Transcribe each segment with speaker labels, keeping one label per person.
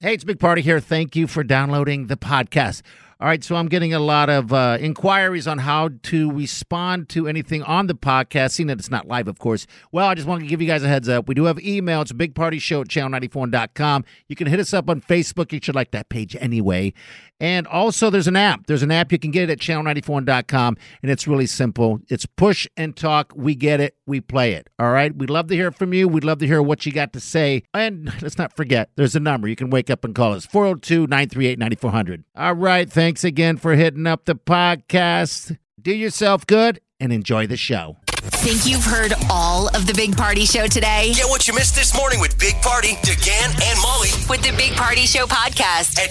Speaker 1: Hey, it's Big Party here. Thank you for downloading the podcast. All right, so I'm getting a lot of uh, inquiries on how to respond to anything on the podcast, seeing that it's not live, of course. Well, I just want to give you guys a heads up. We do have email. It's a big party show at channel94.com. You can hit us up on Facebook. You should like that page anyway. And also, there's an app. There's an app. You can get it at channel94.com, and it's really simple. It's push and talk. We get it. We play it. All right. We'd love to hear from you. We'd love to hear what you got to say. And let's not forget, there's a number. You can wake up and call us 402 938 9400. All right. Thanks again for hitting up the podcast. Do yourself good and enjoy the show.
Speaker 2: Think you've heard all of the Big Party Show today?
Speaker 3: Get what you missed this morning with Big Party, DeGan, and Molly
Speaker 2: With the Big Party Show podcast,
Speaker 3: at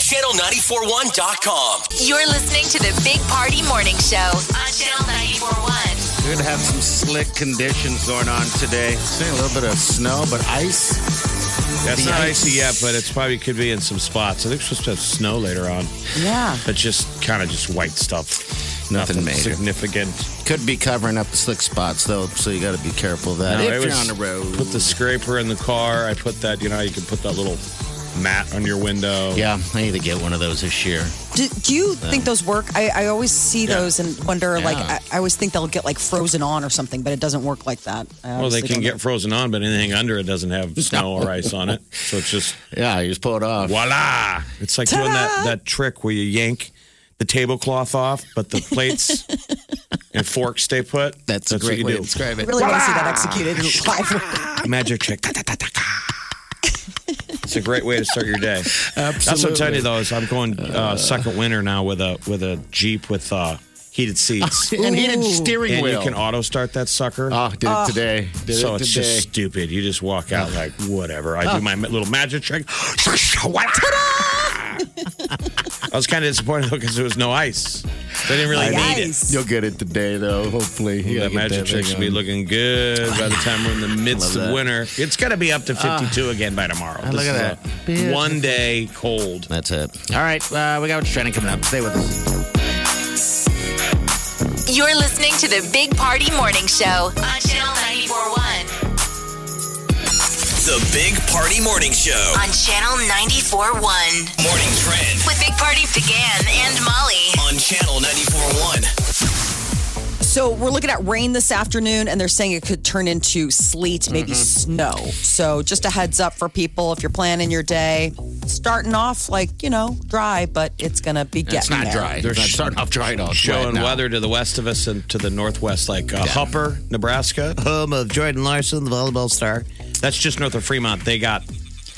Speaker 3: channel941.com.
Speaker 2: you're listening to the Big Party Morning Show on Channel 941.
Speaker 4: We're gonna have some slick conditions going on today.
Speaker 5: Seeing a little bit of snow, but ice.
Speaker 4: That's
Speaker 5: The
Speaker 4: not
Speaker 5: ice.
Speaker 4: icy yet, but it's probably could be in some spots. I think we're supposed to have snow later on,
Speaker 6: Yeah.
Speaker 4: but just kind of just white stuff.
Speaker 7: Nothing major.
Speaker 4: significant.
Speaker 7: Could be covering up the slick spots though, so you got to be careful of that.
Speaker 4: No, I
Speaker 7: if you're
Speaker 4: was-
Speaker 7: on the road,
Speaker 4: Put the scraper in the car. I put that. You know, how you can put that little mat on your window.
Speaker 7: yeah, I need to get one of those this year.
Speaker 8: Do, do you think those work? I, I always see
Speaker 4: Yeah.
Speaker 8: those and wonder, like,
Speaker 7: Yeah.
Speaker 8: I, I always think they'll get like frozen on or something, but it doesn't work like that. I
Speaker 4: Well, they
Speaker 8: honestly
Speaker 4: can
Speaker 8: don't
Speaker 4: get frozen on, but anything under it doesn't have snow or ice on it. So it's just
Speaker 7: Yeah, you just pull it off.
Speaker 4: voila. It's like doing that, that trick where you yank the tablecloth off, but the plates and forks stay put.
Speaker 7: That's, a
Speaker 4: what
Speaker 7: great
Speaker 4: you
Speaker 7: way
Speaker 4: do.
Speaker 7: to describe
Speaker 8: know.
Speaker 7: it.
Speaker 8: I really want to see that executed live.
Speaker 4: Magic trick. It's a great way to start your day. That's what I'm telling you though. Is I'm going uh, second winter now with a with a Jeep with uh, heated seats,
Speaker 7: and heated steering
Speaker 4: and you
Speaker 7: wheel.
Speaker 4: can auto start that sucker.
Speaker 7: oh, did it today. Did
Speaker 4: so
Speaker 7: it
Speaker 4: it's
Speaker 7: today. Ah.
Speaker 4: just stupid. You just walk out like whatever. I do my little magic trick. I was kind of disappointed though because there was no ice. They didn't really need it.
Speaker 8: Nice.
Speaker 7: You'll get it today though. Hopefully, you gotta
Speaker 4: That
Speaker 7: get
Speaker 4: magic
Speaker 7: that
Speaker 4: trick
Speaker 7: thing
Speaker 4: should be
Speaker 7: on.
Speaker 4: looking good by the time we're in the
Speaker 7: Love
Speaker 4: midst of
Speaker 7: that. Ah.
Speaker 4: winter. It's going to be up to 52 again by tomorrow.
Speaker 7: look
Speaker 4: is
Speaker 7: at
Speaker 4: a
Speaker 7: that.
Speaker 4: One day cold.
Speaker 7: That's it. All right, uh, we got what's trending coming up. Stay with us.
Speaker 2: You're listening to the Big Party Morning Show on Channel 941.
Speaker 3: The Big Party Morning Show.
Speaker 2: On Channel 941.
Speaker 3: Morning Trend
Speaker 2: With Big Party began and Molly.
Speaker 3: on Channel 94.1.
Speaker 8: So we're looking at rain this afternoon, and they're saying it could turn into sleet, maybe
Speaker 4: Mm-hmm.
Speaker 8: snow. So just a heads up for people if you're planning your day, starting off like you know dry, but it's gonna be getting
Speaker 7: It's not
Speaker 8: there.
Speaker 7: dry. They're not starting off dry at all.
Speaker 4: Showing
Speaker 7: Right now.
Speaker 4: weather to the west of us and to the northwest, like uh, Hupper, Nebraska.
Speaker 7: Home of Jordan Larson, the volleyball star.
Speaker 4: That's just north of Fremont. They got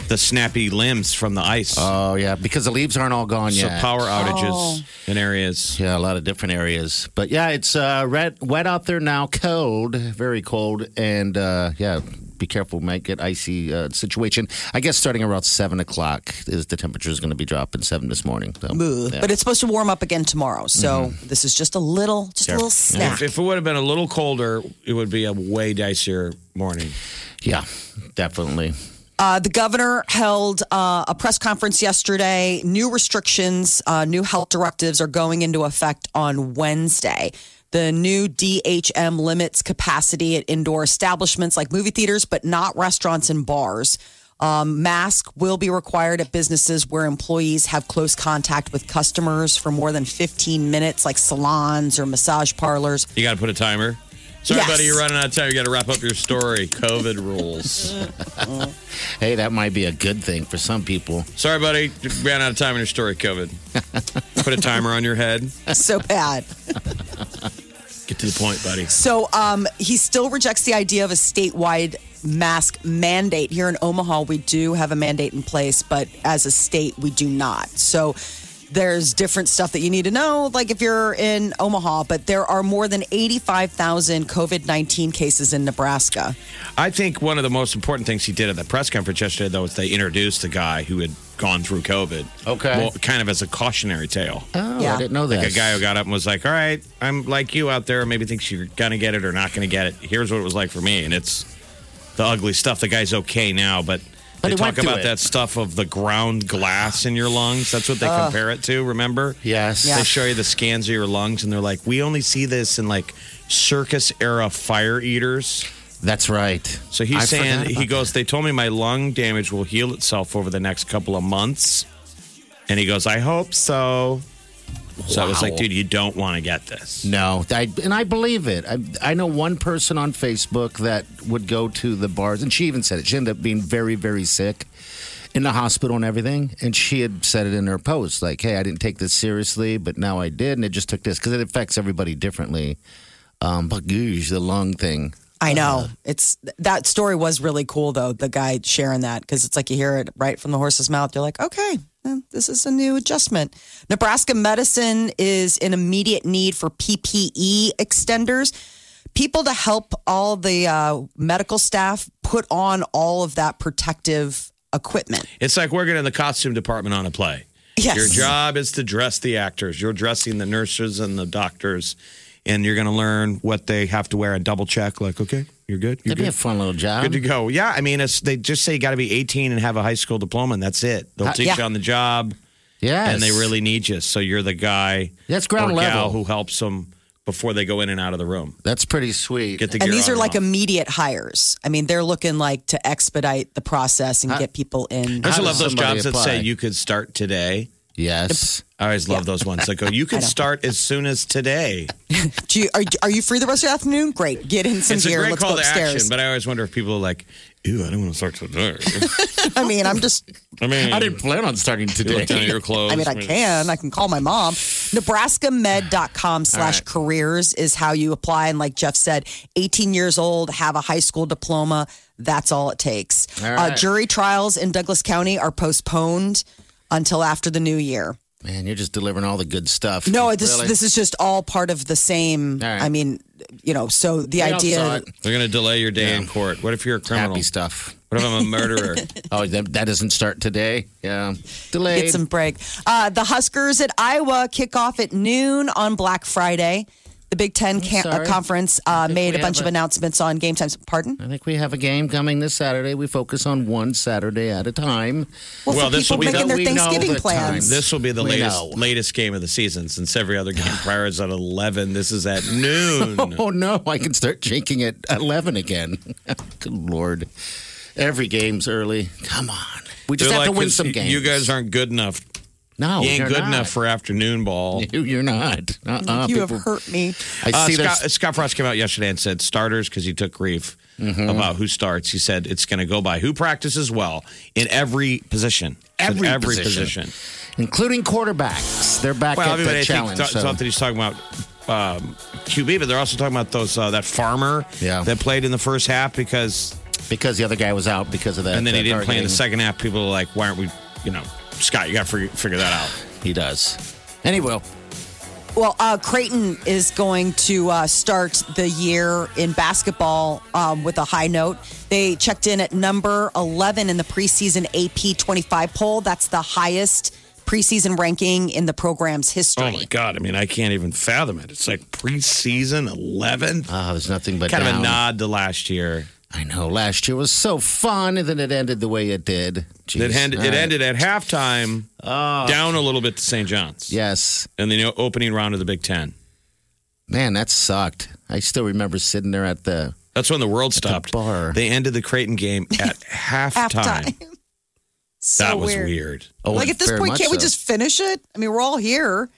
Speaker 4: the snappy limbs from the ice.
Speaker 7: Oh yeah, because the leaves aren't all gone
Speaker 4: so
Speaker 7: yet.
Speaker 4: power outages in areas.
Speaker 7: Yeah, a lot of different areas. But yeah, it's uh, red, wet out there now, cold, very cold. And uh, yeah, be careful, might get icy uh, situation. I guess starting around 7 o'clock is the temperature is going to be dropping 7 this morning. So, yeah.
Speaker 8: But it's supposed to warm up again tomorrow. So this is just a little, just a little snack.
Speaker 4: Mm-hmm. If, if it would have been a little colder, it would be a way dicier morning.
Speaker 7: yeah, definitely.
Speaker 8: Uh, the governor held uh, a press conference yesterday. New restrictions, uh, new health directives are going into effect on Wednesday. The new DHM limits capacity at indoor establishments like movie theaters, but not restaurants and bars. Um, mask will be required at businesses where employees have close contact with customers for more than 15 minutes, like salons or massage parlors.
Speaker 4: You got to put a timer. Sorry,
Speaker 8: Yes.
Speaker 4: buddy, you're running out of time. You got to wrap up your story. COVID rules.
Speaker 7: Hey, that might be a good thing for some people.
Speaker 4: Sorry, buddy, you ran out of time on your story. COVID. Put a timer on your head.
Speaker 8: so bad.
Speaker 4: Get to the point, buddy.
Speaker 8: So um, he still rejects the idea of a statewide mask mandate. Here in Omaha, we do have a mandate in place, but as a state, we do not. So there's different stuff that you need to know, like if you're in Omaha, but there are more than 85,000 COVID 19 cases in Nebraska.
Speaker 4: I think one of the most important things he did at that press conference yesterday, though, is they introduced the guy who had gone through COVID.
Speaker 7: Okay.
Speaker 4: Well, kind of as a cautionary tale.
Speaker 7: Oh,
Speaker 8: Yeah.
Speaker 7: I didn't know that.
Speaker 4: Like a guy who got up and was like, "All right, I'm like you out there. Maybe thinks you're gonna get it or not gonna get it. Here's what it was like for me, and it's the ugly stuff. The guy's okay now, but."
Speaker 7: But
Speaker 4: they
Speaker 7: he went
Speaker 4: talk
Speaker 7: through
Speaker 4: about
Speaker 7: it.
Speaker 4: that stuff of the ground glass in your lungs. That's what they compare it to, remember?
Speaker 7: Yes.
Speaker 8: Yeah.
Speaker 4: They show you the scans of your lungs and they're like, we only see this in like circus era fire eaters.
Speaker 7: That's right.
Speaker 4: So he's
Speaker 7: I
Speaker 4: saying
Speaker 7: forgot
Speaker 4: he
Speaker 7: about
Speaker 4: goes. They told me my lung damage will heal itself over the next couple of months, and he goes, I hope so. So I was
Speaker 7: Wow.
Speaker 4: like, dude, you don't want to get this.
Speaker 7: No, I, and I believe it. I, I know one person on Facebook that would go to the bars, and she even said it. She ended up being very, very sick in the hospital and everything. And she had said it in her post, like, hey, I didn't take this seriously, but now I did. And it just took this because it affects everybody differently. Um, but goosh, the lung thing.
Speaker 8: I know.
Speaker 4: Uh-huh.
Speaker 8: it's that story was really cool though. The guy sharing that because it's like you hear it right from the horse's mouth. You're like, okay, eh, this is a new adjustment. Nebraska medicine is in immediate need for PPE extenders, people to help all the uh, medical staff put on all of that protective equipment.
Speaker 4: It's like working in the costume department on a play.
Speaker 8: Yes.
Speaker 4: Your job is to dress the actors. You're dressing the nurses and the doctors, and you're going to learn what they have to wear and double check. Like, okay, you're good. You're
Speaker 7: That'd be a
Speaker 4: good.
Speaker 7: fun little job.
Speaker 4: Good to go. Yeah, I mean, it's, they just say you got to be 18 and have a high school diploma, and that's it. They'll
Speaker 7: Uh,
Speaker 4: teach
Speaker 8: yeah.
Speaker 4: you on the job.
Speaker 7: Yes.
Speaker 4: and they really need you. So you're the guy
Speaker 7: That's ground
Speaker 4: or gal
Speaker 7: level.
Speaker 4: who helps them before they go in and out of the room.
Speaker 7: That's pretty sweet.
Speaker 4: Get the
Speaker 8: And
Speaker 4: gear
Speaker 8: these
Speaker 4: on
Speaker 8: are like
Speaker 4: and off.
Speaker 8: immediate hires. I mean, they're looking like to expedite the process and get people in.
Speaker 4: I also
Speaker 7: How
Speaker 4: love
Speaker 7: does
Speaker 4: those jobs
Speaker 7: somebody
Speaker 4: that say
Speaker 7: apply?
Speaker 4: you could start today.
Speaker 7: yes.
Speaker 4: I always love those ones that go, you could start as soon as today.
Speaker 8: Do you, are, are you free the rest of the afternoon? Great. Get in some
Speaker 4: it's
Speaker 8: gear.
Speaker 4: a great
Speaker 8: Let's
Speaker 4: call to
Speaker 8: go upstairs.
Speaker 4: action, but I always wonder if people are like, ew, I don't want to start today.
Speaker 8: I mean, I'm just.
Speaker 4: I mean,
Speaker 7: I didn't plan on starting
Speaker 4: you
Speaker 7: today.
Speaker 4: look down at your clothes.
Speaker 8: I mean, I can. I can call my mom. NebraskaMed.com slash careers is how you apply. And like Jeff said, 18 years old, have a high school diploma. That's all it takes. uh,
Speaker 7: right.
Speaker 8: jury trials in Douglas County are postponed until after the new year.
Speaker 7: Man, you're just delivering all the good stuff.
Speaker 8: No, this
Speaker 7: Really?
Speaker 8: this is just all part of the same.
Speaker 7: All right.
Speaker 8: I mean, you know, so the
Speaker 7: We all saw
Speaker 8: idea.
Speaker 7: it.
Speaker 4: They're going to delay your day in court. What if you're a criminal?
Speaker 7: happy stuff.
Speaker 4: What if I'm a murderer?
Speaker 7: Oh, that, that doesn't start today. Yeah, delayed.
Speaker 8: Get some break. Uh, the Huskers at Iowa kick off at noon on Black Friday. The Big Ten can- uh,
Speaker 7: sorry.
Speaker 8: conference uh, made a
Speaker 7: we
Speaker 8: bunch of
Speaker 7: have a-
Speaker 8: announcements on game times. Pardon?
Speaker 7: I think we have a game coming this Saturday. We focus on one Saturday at a time.
Speaker 8: Well,
Speaker 4: Well,
Speaker 8: for
Speaker 4: this
Speaker 8: people
Speaker 4: will be
Speaker 8: making
Speaker 4: the-
Speaker 8: their
Speaker 7: we know
Speaker 8: Thanksgiving
Speaker 7: the
Speaker 8: plans.
Speaker 7: time.
Speaker 4: This will be the
Speaker 7: We
Speaker 4: latest
Speaker 7: know.
Speaker 4: latest game of the season since every other game prior is at 11. This is at noon.
Speaker 7: Oh no, I can start drinking at eleven again. Good lord, every game's early. Come on, we just
Speaker 4: They're
Speaker 7: have
Speaker 4: like,
Speaker 7: to win
Speaker 4: 'cause
Speaker 7: some
Speaker 4: you-
Speaker 7: games.
Speaker 4: You guys aren't good enough.
Speaker 7: no,
Speaker 4: you ain't
Speaker 7: you're
Speaker 4: good
Speaker 7: Oh, not.
Speaker 4: enough for afternoon ball.
Speaker 7: you. You're not. Uh-uh,
Speaker 8: you
Speaker 7: people-
Speaker 8: have hurt me.
Speaker 7: I
Speaker 4: Uh,
Speaker 7: see
Speaker 4: Scott,
Speaker 7: there's
Speaker 4: Scott Frost came out yesterday and said starters because he took grief
Speaker 7: Mm-hmm.
Speaker 4: about who starts. He said it's going to go by who practices well in every position. Said
Speaker 7: Every
Speaker 4: every
Speaker 7: position.
Speaker 4: position.
Speaker 7: including quarterbacks. They're back
Speaker 4: uh, Well,
Speaker 7: at the
Speaker 4: everybody, I think uh,
Speaker 7: challenge.
Speaker 4: th-
Speaker 7: so-
Speaker 4: thought that he's talking about um, QB, but they're also talking about those uh, that farmer
Speaker 7: Yeah.
Speaker 4: that played in the first half because
Speaker 7: because the other guy was out because of that.
Speaker 4: and then he
Speaker 7: that
Speaker 4: didn't play in
Speaker 7: targeting.
Speaker 4: the second half. People are like, why aren't we? You know, Scott, you got to figure, figure that out.
Speaker 7: He does. And he will.
Speaker 8: Well, uh, Creighton is going to uh, start the year in basketball um, with a high note. They checked in at number 11 in the preseason AP 25 poll. That's the highest preseason ranking in the program's history.
Speaker 4: Oh my god! I mean, I can't even fathom it. It's like preseason eleven.
Speaker 7: Oh, there's nothing but
Speaker 4: kind of a
Speaker 7: down.
Speaker 4: nod to last year.
Speaker 7: I know. Last year was so fun, and then it ended the way it did. Jeez.
Speaker 4: It, hand,
Speaker 7: All
Speaker 4: it
Speaker 7: right. Oh.
Speaker 4: ended at halftime, down a little bit to St. John's.
Speaker 7: Yes,
Speaker 4: And then the opening round of the Big Ten.
Speaker 7: man, that sucked. I still remember sitting there at the.
Speaker 4: That's when the world stopped.
Speaker 7: bar.
Speaker 4: They ended the Creighton game at halftime.
Speaker 8: Halftime. So
Speaker 4: That was
Speaker 8: weird.
Speaker 4: weird.
Speaker 7: Oh,
Speaker 8: Like at this
Speaker 7: very
Speaker 8: point,
Speaker 7: much
Speaker 8: can't we
Speaker 7: so.
Speaker 8: just finish it? I mean, we're all here.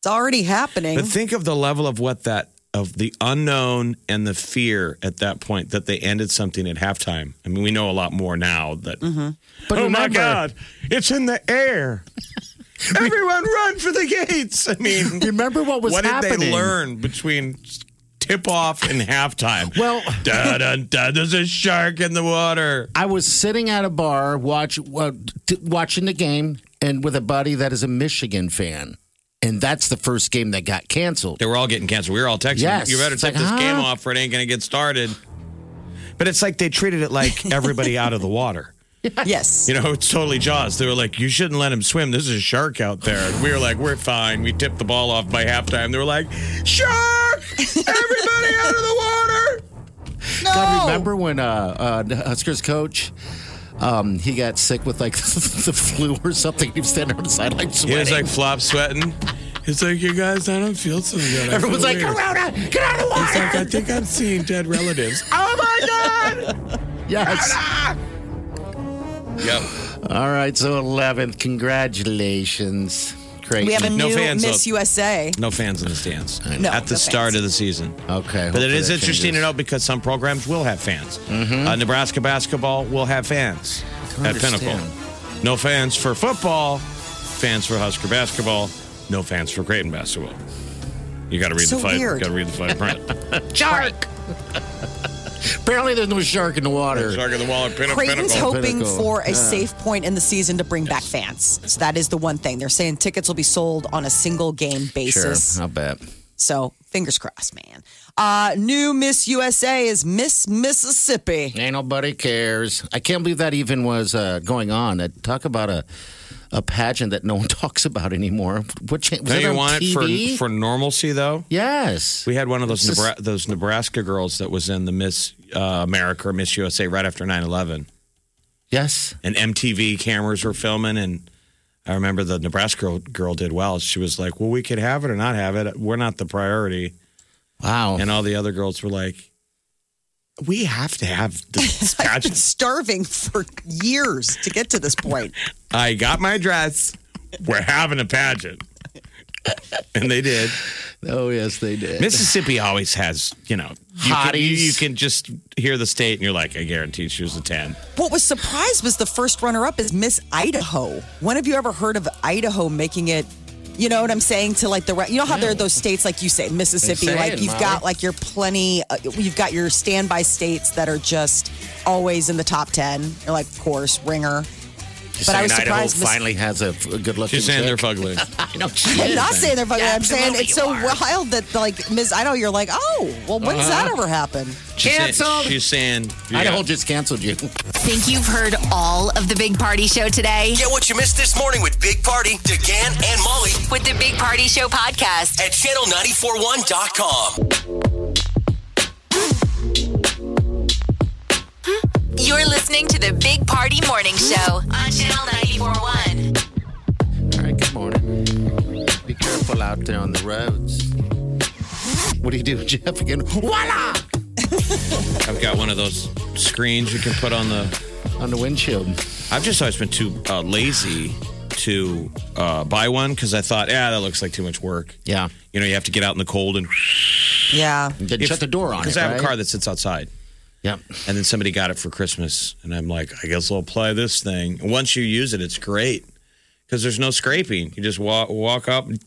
Speaker 8: It's already happening.
Speaker 4: But think of the level of what that of the unknown and the fear at that point that they ended something at halftime. I mean, we know a lot more now that
Speaker 8: Mm-hmm.
Speaker 7: But
Speaker 4: Oh my
Speaker 7: remember-
Speaker 4: god, it's in the air. Everyone run for the gates. I mean,
Speaker 7: Remember what was
Speaker 4: what
Speaker 7: happening?
Speaker 4: did they learn between tip off and halftime?
Speaker 7: Well-
Speaker 4: da, da, da, there's a shark in the water.
Speaker 7: I was sitting at a bar watch, wa- t- watching the game, and with a buddy that is a Michigan fan, and that's the first game that got canceled.
Speaker 4: They were all getting canceled. We were all texting.
Speaker 7: Yes.
Speaker 4: You better
Speaker 7: It's
Speaker 4: take
Speaker 7: like,
Speaker 4: this
Speaker 7: huh?
Speaker 4: game off or it ain't going to get started. But it's like they treated it like everybody out of the water.
Speaker 8: Yes.
Speaker 4: You know, it's totally Jaws. They were like, you shouldn't let him swim. There's a shark out there. And we were like, we're fine. We tipped the ball off by halftime. They were like, shark! Everybody out of the water!
Speaker 7: God, remember when uh, uh, Huskers coach, um, he got sick with like the flu or something. He was standing on the sideline
Speaker 4: He
Speaker 7: sweating.
Speaker 4: was like flop sweating. It's like, you guys, I don't feel so good. I
Speaker 7: Everyone's
Speaker 4: feel
Speaker 7: like,
Speaker 4: weird."
Speaker 7: Corona, get out of the
Speaker 4: He's like, I
Speaker 7: water.
Speaker 4: think I'm seeing dead relatives. oh my God!
Speaker 7: Yes.
Speaker 4: Yep.
Speaker 7: All right, so 11th. Congratulations. Crazy.
Speaker 8: We have a
Speaker 4: No
Speaker 8: new
Speaker 4: fans,
Speaker 8: Miss
Speaker 4: though.
Speaker 8: USA.
Speaker 4: No fans in the stands
Speaker 8: No,
Speaker 4: at the
Speaker 8: no
Speaker 4: start
Speaker 8: fans.
Speaker 4: of the season.
Speaker 7: Okay,
Speaker 4: But it
Speaker 7: hopefully
Speaker 4: is
Speaker 7: that
Speaker 4: interesting to
Speaker 7: changes.
Speaker 4: know because some programs will have fans. Uh, Nebraska basketball will have fans at Pinnacle.
Speaker 7: understand.
Speaker 4: No fans for football, fans for Husker basketball, no fans for Creighton basketball. You got to read
Speaker 8: So
Speaker 4: the fight.
Speaker 8: weird.
Speaker 4: Got to read the fine print.
Speaker 7: shark. Apparently, there's no shark in the water.
Speaker 4: Shark in the wall at Pin-
Speaker 8: Creighton's
Speaker 4: Pinnacle.
Speaker 8: hoping
Speaker 7: Pinnacle.
Speaker 8: for a safe point in the season to bring back fans. So that is the one thing. They're saying tickets will be sold on a single game
Speaker 7: Sure,
Speaker 8: basis.
Speaker 7: I'll bet.
Speaker 8: So fingers crossed, man. Uh, new Miss USA is Miss Mississippi.
Speaker 7: Ain't nobody cares. I can't believe that even was uh, going on. Uh, talk about a a pageant that no one talks about anymore. What cha- was
Speaker 4: Don't
Speaker 7: it
Speaker 4: you
Speaker 7: on
Speaker 4: want
Speaker 7: TV?
Speaker 4: it for, for normalcy, though?
Speaker 7: yes.
Speaker 4: We had one of those,
Speaker 7: It's
Speaker 4: Nebra- those Nebraska girls that was in the Miss uh, America or Miss USA right after 9 11.
Speaker 7: yes.
Speaker 4: and MTV cameras were filming. And I remember the Nebraska girl did well. She was like, "Well, we could have it or not have it. We're not the priority."
Speaker 7: Wow.
Speaker 4: And all the other girls were like, "We have to have the
Speaker 8: I've been
Speaker 4: pageant.
Speaker 8: starving for years to get to this point.
Speaker 4: I got my dress. We're having a pageant." And they did.
Speaker 7: oh yes, they did.
Speaker 4: Mississippi always has, you know, you can, you,
Speaker 7: Hotties.
Speaker 4: you can just hear the state and you're like, I guarantee she was a 10.
Speaker 8: What was surprised was the first runner up is Miss Idaho. When have you ever heard of Idaho making it? You know what I'm saying to like the re- you know how there are those states like you say Mississippi
Speaker 7: Insane,
Speaker 8: like you've
Speaker 7: Molly.
Speaker 8: got like your plenty uh, you've got your standby states that are just always in the top 10 you're like of course ringer
Speaker 7: Just
Speaker 8: but I
Speaker 7: saying
Speaker 8: was
Speaker 7: Idaho
Speaker 8: surprised Miss-
Speaker 7: finally has a, good looking.
Speaker 4: She's saying they're fugly.
Speaker 7: I know. she
Speaker 8: I'm
Speaker 7: is.
Speaker 8: not saying they're fucking. I'm saying
Speaker 7: Absolutely
Speaker 8: it's so
Speaker 7: you are.
Speaker 8: wild that like Ms. Idaho, you're like, oh, well, when's that ever happen?
Speaker 4: She's saying-
Speaker 7: Canceled.
Speaker 4: She's saying,
Speaker 7: Idaho
Speaker 4: yeah.
Speaker 7: just canceled you.
Speaker 2: Think you've heard all of the Big Party Show today?
Speaker 3: Get what you missed this morning with Big Party, DeGan, and Molly
Speaker 2: With the Big Party Show podcast.
Speaker 3: at channel941.com.
Speaker 2: You're listening to the Big Party Morning Show on Channel 941.
Speaker 7: All right. Good morning. Be careful out there on the roads. What do you do, Jeff? Again? Voila!
Speaker 4: I've got one of those screens you can put on the
Speaker 7: On the windshield.
Speaker 4: I've just always been too uh, lazy to uh, buy one because I thought, yeah, that looks like too much work.
Speaker 7: Yeah.
Speaker 4: You know, you have to get out in the cold and
Speaker 8: Yeah.
Speaker 7: Then
Speaker 4: If-
Speaker 7: shut the door on it.
Speaker 4: Because I have
Speaker 7: right?
Speaker 4: a car that sits outside,
Speaker 7: Yep.
Speaker 4: and then somebody got it for Christmas, and I'm like, I guess I'll apply this thing. And Once you use it, it's great because there's no scraping. You just walk walk up, and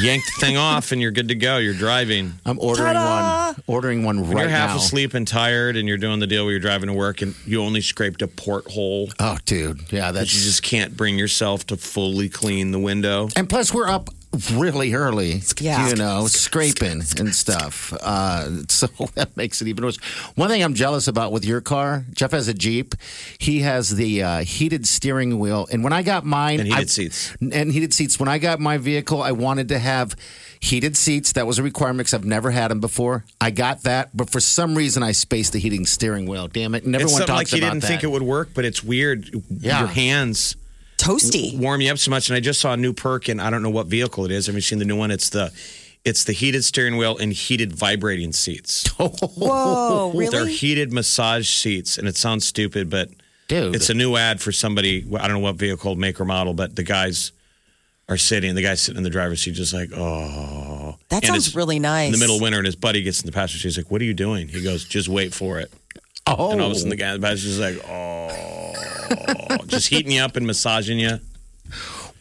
Speaker 4: yank the thing off, and you're good to go. You're driving.
Speaker 7: I'm ordering one. Ordering one right
Speaker 4: you're half
Speaker 7: now.
Speaker 4: asleep and tired, and you're doing the deal where you're driving to work, and you only scraped a porthole.
Speaker 7: Oh, dude. Yeah,
Speaker 4: You
Speaker 7: that's
Speaker 4: just can't bring yourself to fully clean the window.
Speaker 7: And plus, we're up really early.
Speaker 8: Yeah.
Speaker 7: You know, scraping and stuff. Uh, so that makes it even worse. One thing I'm jealous about with your car, Jeff has a Jeep. He has the uh, heated steering wheel, and when I got mine,
Speaker 4: And heated
Speaker 7: I-
Speaker 4: seats.
Speaker 7: And heated seats. When I got my vehicle, I wanted to have heated seats. That was a requirement because I've never had them before. I got that, but for some reason, I spaced the heating steering wheel. Damn it! And
Speaker 4: It's
Speaker 7: everyone
Speaker 4: something
Speaker 7: talks
Speaker 4: like you
Speaker 7: about
Speaker 4: didn't
Speaker 7: that.
Speaker 4: think it would work, but it's weird.
Speaker 7: Yeah.
Speaker 4: Your hands
Speaker 8: Toasty.
Speaker 4: warm you up so much. And I just saw a new perk, and I don't know what vehicle it is. Have you seen the new one? It's the it's the heated steering wheel and heated vibrating seats.
Speaker 8: Whoa,
Speaker 4: They're
Speaker 8: really?
Speaker 4: heated massage seats, and it sounds stupid, but
Speaker 7: Dude,
Speaker 4: it's a new ad for somebody. I don't know what vehicle, make or model, but the guys are sitting. The guy's sitting in the driver's seat, just like oh.
Speaker 8: That
Speaker 4: And
Speaker 8: sounds
Speaker 4: it's
Speaker 8: really nice.
Speaker 4: In the middle of winter, and his buddy gets in the passenger seat. He's like, "What are you doing?" He goes, "Just wait for it."
Speaker 7: oh,
Speaker 4: And all of a sudden, the guy in the passenger is like, oh, just heating you up and massaging you.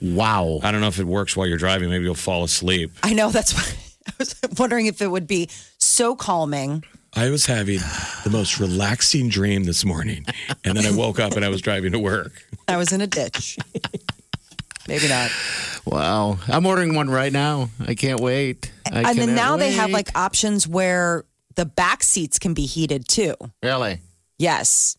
Speaker 7: wow.
Speaker 4: I don't know if it works while you're driving. Maybe you'll fall asleep.
Speaker 8: I know that's why I was wondering if it would be so calming.
Speaker 4: I was having the most relaxing dream this morning. And then I woke up and I was driving to work.
Speaker 8: I was in a ditch. Maybe not.
Speaker 7: Wow. I'm ordering one right now. I can't wait. I
Speaker 8: and then
Speaker 7: cannot
Speaker 8: now they have
Speaker 7: wait.
Speaker 8: like options where the back seats can be heated too.
Speaker 7: Really?
Speaker 8: Yes.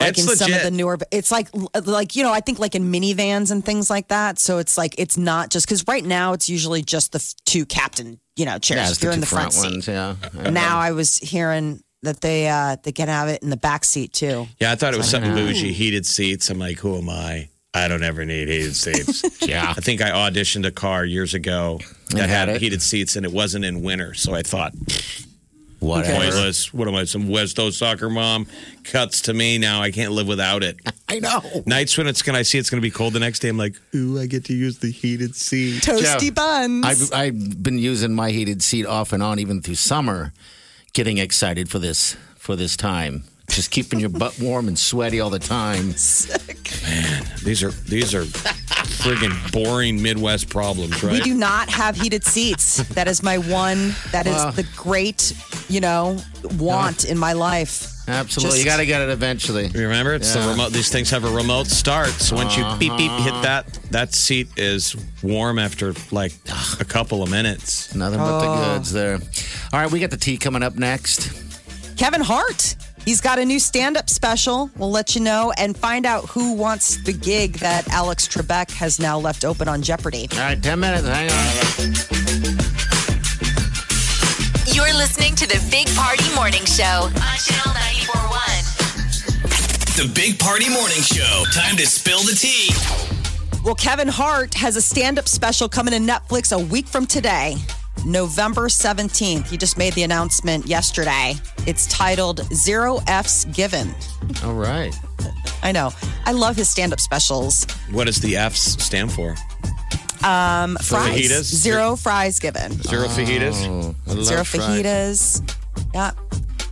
Speaker 8: Like
Speaker 4: It's
Speaker 8: in some of
Speaker 4: legit.
Speaker 8: the newer, it's like like you know, I think like in minivans and things like that. So it's like it's not just because right now it's usually just the f- two captain you know chairs.
Speaker 7: Yeah, it's
Speaker 8: You're in
Speaker 7: two
Speaker 8: the front, seat.
Speaker 7: ones. Yeah.
Speaker 8: Now I was hearing that they uh they can have it in the back seat too.
Speaker 4: Yeah, I thought it was something bougie, heated seats. I'm like, who am I? I don't ever need heated seats.
Speaker 7: Yeah.
Speaker 4: I think I auditioned a car years ago that
Speaker 7: had
Speaker 4: had,
Speaker 7: it?
Speaker 4: heated seats and it wasn't in winter. So I thought,
Speaker 7: Whatever.
Speaker 4: pointless. What am I, some Westo soccer mom? Cuts to me now. I can't live without it.
Speaker 7: I know.
Speaker 4: Nights when it's going to, I see it's going to be cold the next day. I'm like, ooh, I get to use the heated seat.
Speaker 8: Toasty buns.
Speaker 7: I've, I've been using my heated seat off and on even through summer, getting excited for this for this time. Just keeping your butt warm and sweaty all the time.
Speaker 4: These are, these are friggin' boring Midwest problems,
Speaker 8: we
Speaker 4: right?
Speaker 8: do not have heated seats. That is my one. That is the great, you know, want in my life.
Speaker 7: Absolutely, you
Speaker 8: Just-
Speaker 7: got to get it eventually.
Speaker 4: You remember? It's the
Speaker 7: Yeah.
Speaker 4: remote. These things have a remote start. So once you beep beep hit that, that seat is warm after like a couple of minutes.
Speaker 7: Nothing but
Speaker 8: Oh.
Speaker 7: the goods there. All right, we got the tea coming up next.
Speaker 8: Kevin Hart. He's got a new stand up special. We'll let you know and find out who wants the gig that Alex Trebek has now left open on Jeopardy.
Speaker 7: All right, ten minutes. Hang on.
Speaker 2: You're listening to the Big Party Morning Show on Channel 941.
Speaker 3: The Big Party Morning Show. Time to spill the tea.
Speaker 8: Well, Kevin Hart has a stand up special coming to Netflix a week from today, November 17th. He just made the announcement yesterday. It's titled Zero F's Given.
Speaker 7: All right.
Speaker 8: I know. I love his stand up specials.
Speaker 4: What does the Fs stand for?
Speaker 8: Um, Fries.
Speaker 4: fajitas?
Speaker 8: Zero Oh. fries given.
Speaker 4: Zero fajitas.
Speaker 7: I love
Speaker 8: Zero
Speaker 7: fried.
Speaker 8: fajitas. Yeah.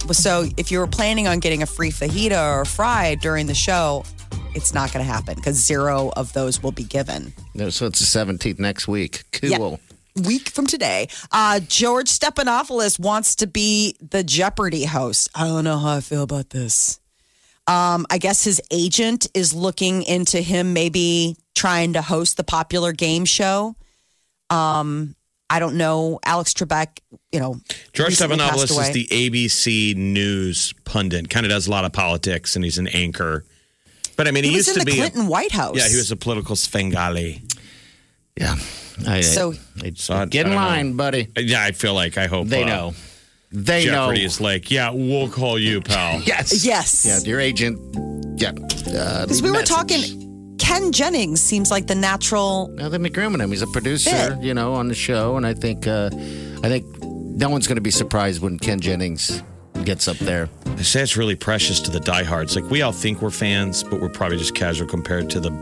Speaker 8: Well, So if you were planning on getting a free fajita or a fry during the show, it's not going to happen because zero of those will be given.
Speaker 7: No, so it's the seventeenth next week.
Speaker 8: Yeah.
Speaker 7: Cool.
Speaker 8: Week from today, uh, George Stephanopoulos wants to be the Jeopardy host. I don't know how I feel about this. Um, I guess his agent is looking into him maybe trying to host the popular game show. Um, I don't know. Alex Trebek, you know,
Speaker 4: George
Speaker 8: recently passed
Speaker 4: Stephanopoulos
Speaker 8: away.
Speaker 4: is the ABC News pundit. Kind of does a lot of politics, and he's an anchor. But I mean, he,
Speaker 8: He, was
Speaker 4: used to
Speaker 8: in the
Speaker 4: be. a-
Speaker 8: Clinton White House.
Speaker 4: yeah, he was a political Svengali.
Speaker 7: Yeah. I,
Speaker 8: So-
Speaker 7: I,
Speaker 4: So I-
Speaker 7: get
Speaker 4: I
Speaker 7: in
Speaker 4: don't
Speaker 7: line, buddy.
Speaker 4: Yeah, I feel like I hope
Speaker 7: They
Speaker 4: uh,
Speaker 7: know. They
Speaker 4: Jeopardy
Speaker 7: know.
Speaker 4: is like, yeah, we'll call you, pal.
Speaker 7: Yes.
Speaker 8: Yes.
Speaker 7: Yeah, your agent. Yeah. uh, Because
Speaker 8: Because we were talking, Ken Jennings seems like the natural.
Speaker 7: Now they've been grooming him. He's a producer,
Speaker 8: Yeah.
Speaker 7: you know, on the show, and I think, uh, I think no one's going to be surprised when Ken Jennings gets up there.
Speaker 4: They say it's really precious to the diehards. Like we all think we're fans, but we're probably just casual compared to the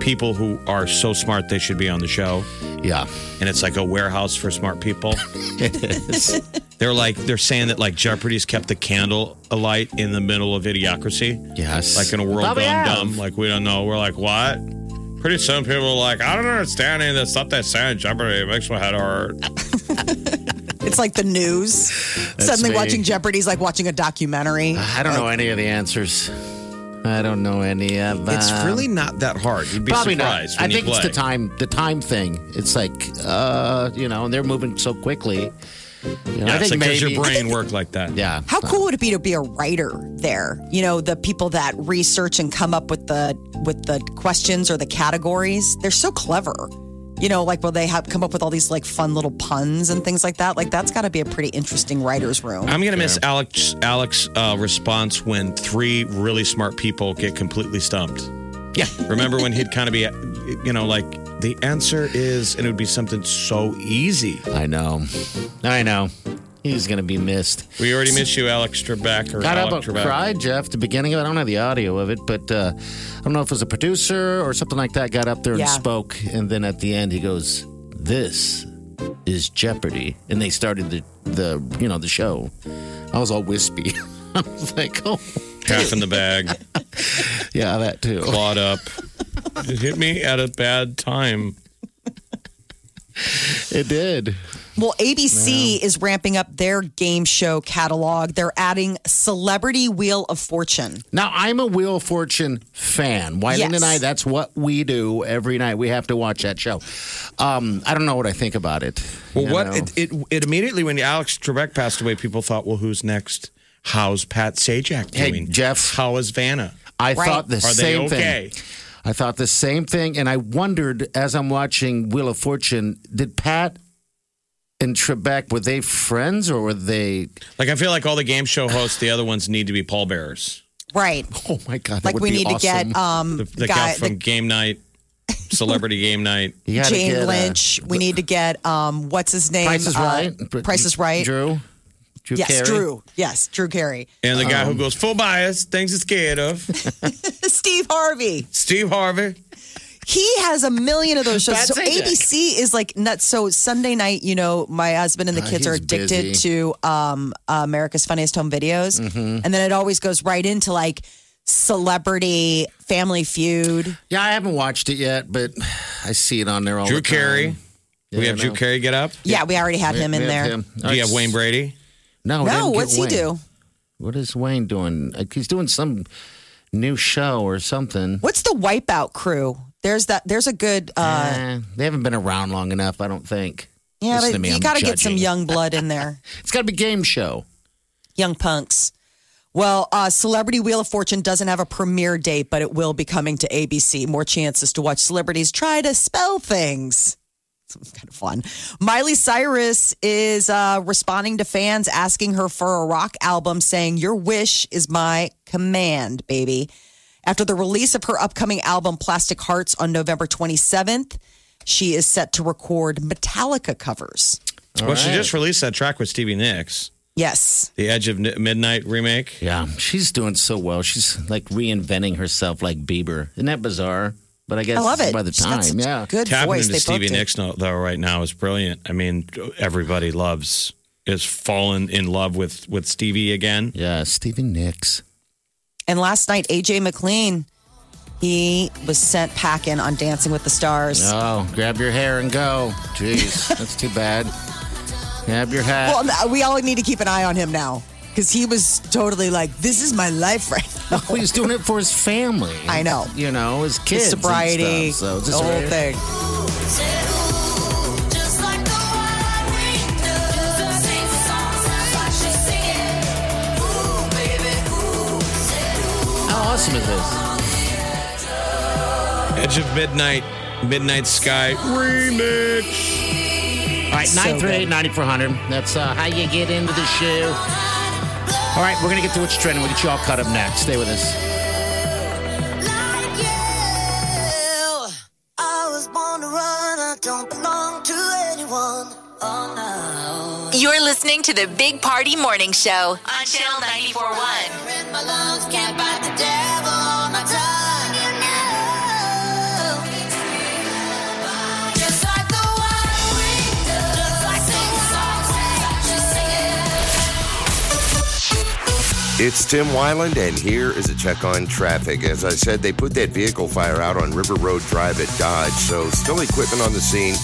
Speaker 4: people who are so smart they should be on the show.
Speaker 7: Yeah.
Speaker 4: And it's like a warehouse for smart people. They're like they're saying that like Jeopardy's kept the candle alight in the middle of idiocracy.
Speaker 7: Yes.
Speaker 4: Like in a world
Speaker 7: Probably
Speaker 4: gone
Speaker 7: have.
Speaker 4: dumb. Like we don't know. We're like, what? Pretty soon people are like, I don't understand any of this stuff they say in Jeopardy. It makes my head hurt.
Speaker 8: It's like the news. Suddenly
Speaker 7: me.
Speaker 8: watching Jeopardy is like watching a documentary.
Speaker 7: I don't
Speaker 8: Oh.
Speaker 7: know any of the answers. I don't know any of.
Speaker 4: It's
Speaker 7: uh,
Speaker 4: really not that hard. You'd be
Speaker 7: Probably not.
Speaker 4: surprised.
Speaker 7: I
Speaker 4: when you
Speaker 7: think it's the
Speaker 4: play.
Speaker 7: time, the time thing. It's like, uh, you know, and they're moving so quickly. You know,
Speaker 4: Yeah,
Speaker 7: I
Speaker 4: it's
Speaker 7: think
Speaker 4: like, does
Speaker 7: maybe.
Speaker 4: your brain work like that?
Speaker 7: yeah.
Speaker 8: How cool would it be to be a writer there? You know, the people that research and come up with the with the questions or the categories. They're so clever. You know, like well, they have come up with all these like fun little puns and things like that. Like that's got to be a pretty interesting writer's room.
Speaker 4: I'm gonna miss Alex Alex uh, response when three really smart people get completely stumped.
Speaker 7: Yeah.
Speaker 4: Remember when he'd kind of be, you know, like the answer is, and it would be something so easy.
Speaker 7: I know. I know. He's going to be missed.
Speaker 4: We already miss you, Alex Trebek. Or
Speaker 7: Got up
Speaker 4: Alec
Speaker 7: a
Speaker 4: Trebek.
Speaker 7: cry, Jeff, the beginning of it. I don't have the audio of it, but uh, I don't know if it was a producer or something like that got up there and
Speaker 8: Yeah.
Speaker 7: spoke. And then at the end, he goes, This is Jeopardy. And they started the, the you know, the show. I was all wispy. I was like, Oh,
Speaker 4: Half in the bag,
Speaker 7: yeah, that too.
Speaker 4: clawed up. It hit me at a bad time.
Speaker 7: It did.
Speaker 8: Well, ABC is ramping up their game show catalog. They're adding Celebrity Wheel of Fortune.
Speaker 7: Now, I'm a Wheel of Fortune fan. Wyland
Speaker 8: Yes.
Speaker 7: and I, that's what we do every night. We have to watch that show. Um, I don't know what I think about it.
Speaker 4: Well,
Speaker 7: you
Speaker 4: what
Speaker 7: know.
Speaker 4: it, it it immediately when Alex Trebek passed away, people thought, well, who's next? How's Pat Sajak
Speaker 7: Hey,
Speaker 4: doing?
Speaker 7: Jeff.
Speaker 4: how is Vanna?
Speaker 7: I
Speaker 8: Right.
Speaker 7: thought the
Speaker 4: Are they
Speaker 7: same
Speaker 4: okay?
Speaker 7: thing. I thought the same thing, and I wondered as I'm watching Wheel of Fortune, did Pat and Trebek were they friends or were they?
Speaker 4: Like I feel like all the game show hosts, the other ones need to be pallbearers.
Speaker 8: Right.
Speaker 7: Oh my god! that
Speaker 8: Like
Speaker 7: would
Speaker 8: we
Speaker 7: be
Speaker 8: need to
Speaker 7: awesome.
Speaker 8: get um
Speaker 4: The, the guy
Speaker 8: guy
Speaker 4: from
Speaker 8: the,
Speaker 4: game night, celebrity game night.
Speaker 7: You gotta
Speaker 8: Jane
Speaker 7: get, uh,
Speaker 8: Lynch. we need to get um what's his name?
Speaker 7: Price is
Speaker 8: Uh,
Speaker 7: right.
Speaker 8: Price is right.
Speaker 7: Drew. Drew
Speaker 8: yes,
Speaker 7: Carey?
Speaker 8: Drew. Yes, Drew Carey.
Speaker 4: And the guy
Speaker 8: Um,
Speaker 4: who goes full bias, things he's scared of,
Speaker 8: Steve Harvey.
Speaker 4: Steve Harvey.
Speaker 8: He has a million of those shows.
Speaker 7: That's
Speaker 8: so
Speaker 7: it.
Speaker 8: ABC is like nuts. So Sunday night, you know, my husband and the
Speaker 7: Ah,
Speaker 8: kids are
Speaker 7: he's
Speaker 8: addicted
Speaker 7: busy. Mm-hmm.
Speaker 8: to um, America's Funniest Home Videos, and then it always goes right into like celebrity Family Feud.
Speaker 7: Yeah, I haven't watched it yet, but I see it on there all
Speaker 4: Drew
Speaker 7: the time.
Speaker 4: Carey. we
Speaker 7: Yeah,
Speaker 4: have
Speaker 7: I
Speaker 4: Drew
Speaker 7: know.
Speaker 4: Carey get up.
Speaker 8: Yeah, we already had
Speaker 7: We-
Speaker 8: him
Speaker 7: we
Speaker 8: in
Speaker 7: have
Speaker 8: there.
Speaker 7: him.
Speaker 4: Do you have Wayne Brady?
Speaker 7: No, we
Speaker 8: No,
Speaker 7: didn't get
Speaker 8: what's he
Speaker 7: Wayne.
Speaker 8: do?
Speaker 7: What is Wayne doing? Like, he's doing some new show or something.
Speaker 8: What's the Wipeout crew? There's that. There's a good. Uh,
Speaker 7: Eh, they haven't been around long enough, I don't think.
Speaker 8: yeah,
Speaker 7: Listen
Speaker 8: but
Speaker 7: to me,
Speaker 8: you
Speaker 7: I'm
Speaker 8: got to get some
Speaker 7: judging.
Speaker 8: young blood in there.
Speaker 7: It's got to be game show.
Speaker 8: Young punks. Well, uh, Celebrity Wheel of Fortune doesn't have a premiere date, but it will be coming to ABC. More chances to watch celebrities try to spell things. It's kind of fun. Miley Cyrus is uh, responding to fans asking her for a rock album, saying, Your wish is my command, baby. After the release of her upcoming album, Plastic Hearts, on November 27th, she is set to record Metallica covers.
Speaker 4: well, she just released that track with Stevie Nicks,
Speaker 8: Yes.
Speaker 4: the Edge of N- Midnight remake.
Speaker 7: Yeah, she's doing so well. She's like reinventing herself like Bieber. Isn't that bizarre? But I guess
Speaker 8: I love it.
Speaker 7: by the
Speaker 8: She's got
Speaker 7: time,
Speaker 8: such
Speaker 7: yeah.
Speaker 8: good
Speaker 4: Tapping
Speaker 8: voice.
Speaker 4: into
Speaker 8: they
Speaker 4: Stevie
Speaker 8: both do.
Speaker 4: Nicks no- though right now is brilliant. I mean, everybody loves is fallen in love with with Stevie again.
Speaker 7: Yeah, Stephen Nicks.
Speaker 8: And last night, AJ McLean, he was sent packing on Dancing with the Stars.
Speaker 7: Oh, grab your hair and go. Jeez, that's too bad. Grab your hat.
Speaker 8: Well, no, we all need to keep an eye on him now because he was totally like, "This is my life right now."
Speaker 7: Well, he's doing it for his family.
Speaker 8: I know.
Speaker 7: You know, his
Speaker 8: His
Speaker 7: kids. and
Speaker 8: sobriety,
Speaker 7: stuff, so
Speaker 8: the
Speaker 7: just
Speaker 8: whole
Speaker 7: right-
Speaker 8: thing.
Speaker 9: Just like the wild wind does. Sings a song, sounds like she's singing. Ooh, baby, ooh. Said ooh.
Speaker 7: How awesome is this?
Speaker 4: Edge of Midnight, Midnight Sky remix.
Speaker 7: All right,
Speaker 8: So
Speaker 7: 938 9400. That's uh, how you get into the show. All right, we're going to get to what's trending. We'll get you all caught up next. Stay with us.
Speaker 9: Like you. I was born to run. I don't belong to anyone. Oh, no.
Speaker 2: You're listening to the Big Party Morning Show on Channel 941.
Speaker 9: In my lungs, can't fight the devil on my tongue. You know. Just like the wild wind does. Just like sing a song, sounds like she's singing.
Speaker 5: It's Tim Wyland, and here is a check on traffic. As I said, they put that vehicle fire out on River Road Drive at Dodge, so still equipment on the scene.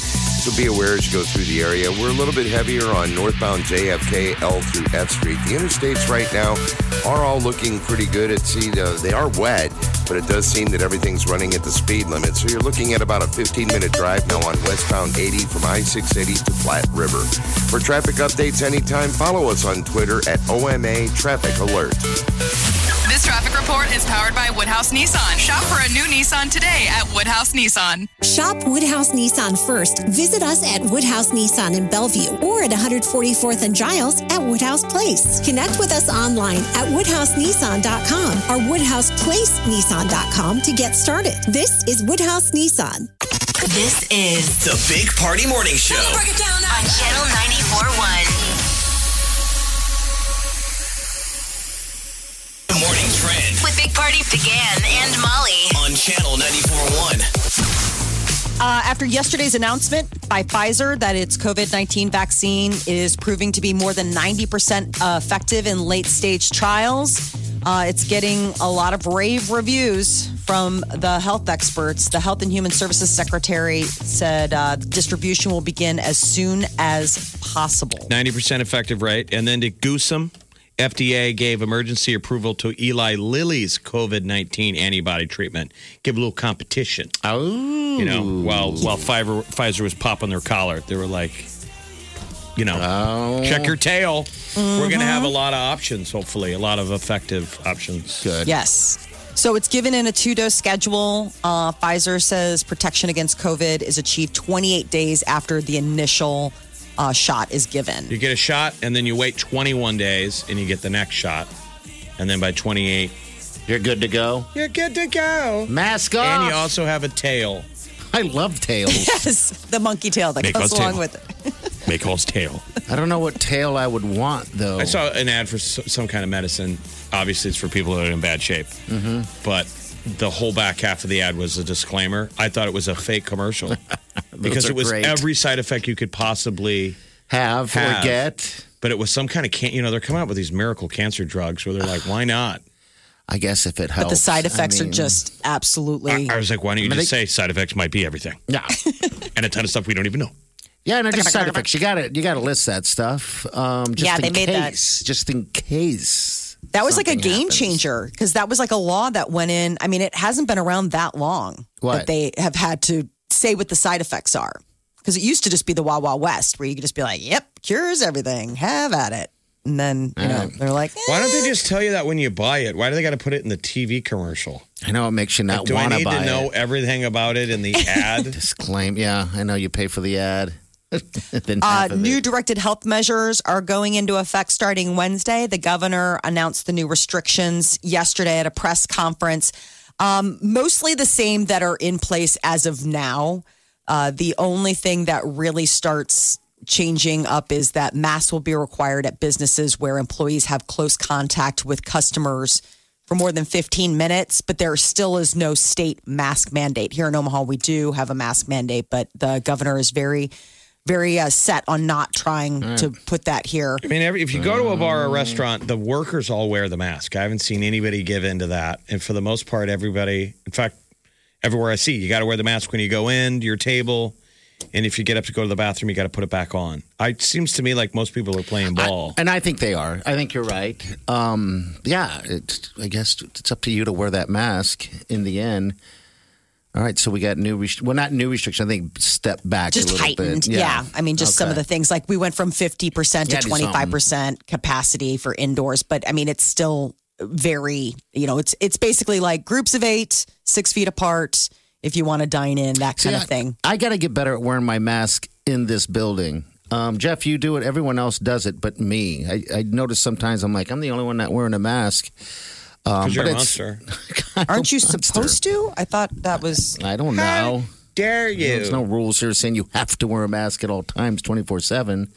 Speaker 5: So be aware as you go through the area. We're a little bit heavier on northbound JFK L through F Street. The interstates right now are all looking pretty good. It's uh, they are wet, but it does seem that everything's running at the speed limit. So you're looking at about a 15-minute drive now on westbound 80 from I-680 to Flat River. For traffic updates anytime, follow us on Twitter at OMA Traffic Alert.
Speaker 10: This traffic report is powered by Woodhouse Nissan. Shop for a new Nissan today at Woodhouse Nissan.
Speaker 11: Shop Woodhouse Nissan first. Visit us at Woodhouse Nissan in Bellevue or at 144th and Giles at Woodhouse Place. Connect with us online at woodhousenissan.com or woodhouseplacenissan.com to get started. This is Woodhouse Nissan.
Speaker 2: This is
Speaker 3: The Big Party Morning Show.
Speaker 9: Break it down now.
Speaker 2: on Channel 941.
Speaker 3: The morning trend
Speaker 2: With Big Party began and Molly.
Speaker 3: on Channel 94.1.
Speaker 8: Uh, after yesterday's announcement by Pfizer that its COVID 19 vaccine is proving to be more than 90% effective in late stage trials, uh, it's getting a lot of rave reviews from the health experts. The Health and Human Services Secretary said uh, distribution will begin as soon as possible.
Speaker 4: 90% effective rate. And then to goose them, FDA gave emergency approval to Eli Lilly's COVID 19 antibody treatment. Give a little competition.
Speaker 7: Oh.
Speaker 4: You know, while, while Pfizer, Pfizer was popping their collar, they were like, you know,
Speaker 7: Oh.
Speaker 4: check your
Speaker 7: Mm-hmm.
Speaker 4: tail. We're going to have a lot of options, hopefully, a lot of effective options.
Speaker 7: Good.
Speaker 8: Yes. So it's given in a two dose schedule. Uh, Pfizer says protection against COVID is achieved 28 days after the initial uh, shot is given.
Speaker 4: You get a shot, and then you wait 21 days, and you get the next shot, and then by 28,
Speaker 7: you're good to go.
Speaker 4: You're good to go.
Speaker 7: Mask off.
Speaker 4: And you also have a tail.
Speaker 7: I love tails.
Speaker 8: yes, the monkey tail that
Speaker 4: Make
Speaker 8: goes
Speaker 4: us
Speaker 8: along
Speaker 4: tail.
Speaker 8: with it.
Speaker 4: Maycall's tail.
Speaker 7: I don't know what tail I would want though.
Speaker 4: I saw an ad for s- some kind of medicine. Obviously, it's for people that are in bad shape.
Speaker 7: Mhm.
Speaker 4: But the whole back half of the ad was a disclaimer. I thought it was a fake commercial because
Speaker 7: are
Speaker 4: it was
Speaker 7: great.
Speaker 4: every side effect you could possibly
Speaker 7: have, or
Speaker 4: have.
Speaker 7: get.
Speaker 4: But it was some kind of can. You know, they're coming out with these miracle cancer drugs where they're like, why not?
Speaker 7: I guess if it helps.
Speaker 8: But the side
Speaker 7: I
Speaker 8: effects
Speaker 7: mean-
Speaker 8: are just absolutely.
Speaker 4: I was like, why don't
Speaker 7: I
Speaker 4: you
Speaker 7: mean,
Speaker 4: just say side effects might be everything?
Speaker 7: Yeah.
Speaker 4: and a ton of stuff we don't even know.
Speaker 7: Yeah, and just side effects. You got to you got to list that stuff. Um, just
Speaker 8: Yeah,
Speaker 7: in
Speaker 8: they made that.
Speaker 7: case, just in case.
Speaker 8: that was like a
Speaker 7: something
Speaker 8: game
Speaker 7: happens.
Speaker 8: changer because that was like a law that went in. I mean, it hasn't been around that long
Speaker 7: What?
Speaker 8: that they have had to say what the side effects are. Because it used to just be the Wild Wild West where you could just be like, yep, cures everything, have at it. And then, you know, they're like,
Speaker 4: Why don't they just tell you that when you buy it? Why do they got to put it in the TV commercial?
Speaker 7: I know it makes you not
Speaker 4: Do I
Speaker 7: want
Speaker 4: need
Speaker 7: buy
Speaker 4: to know
Speaker 7: it.
Speaker 4: everything about it in the ad?
Speaker 7: Disclaim. Yeah, I know you pay for the ad. then
Speaker 8: Uh,
Speaker 7: half of
Speaker 8: new
Speaker 7: it.
Speaker 8: directed health measures are going into effect starting Wednesday. The governor announced the new restrictions yesterday at a press conference. Um, mostly the same that are in place as of now. Uh, the only thing that really starts changing up is that masks will be required at businesses where employees have close contact with customers for more than 15 minutes, but there still is no state mask mandate. Here in Omaha, we do have a mask mandate, but the governor is very, very uh, set on not trying
Speaker 7: Mm.
Speaker 8: to put that here.
Speaker 4: I mean, every, if you go to a bar or restaurant, the workers all wear the mask. I haven't seen anybody give in to that. And for the most part, everybody, in fact, everywhere I see, you got to wear the mask when you go in to your table. And if you get up to go to the bathroom, you got to put it back on. I, it seems to me like most people are playing ball.
Speaker 7: And I think they are. I think you're right. Um, yeah, it, I guess it's up to you to wear that mask in the end. All right, so we got new, rest- well, not new restrictions. I think step back a
Speaker 8: Just
Speaker 7: little
Speaker 8: heightened.
Speaker 7: bit.
Speaker 8: Yeah. I mean, just some of the things like we went from 50% to
Speaker 7: Yeah, do something.
Speaker 8: 25% capacity for indoors, but I mean, it's still very, you know, it's, it's basically like groups of eight, six feet apart. If you want to dine in, that kind
Speaker 7: See,
Speaker 8: of thing.
Speaker 7: I, got to get better at wearing my mask in this building. Um, Jeff, you do it. Everyone else does it, but me. I, I notice sometimes I'm like, I'm the only one not wearing a mask. Um,
Speaker 4: 'Cause you're
Speaker 7: but
Speaker 4: a
Speaker 7: it's-
Speaker 4: monster.
Speaker 8: Aren't you supposed to? I thought that was
Speaker 7: I don't know.
Speaker 4: Dare
Speaker 7: There's no rules here saying you have to wear a mask at all times, 24 seven.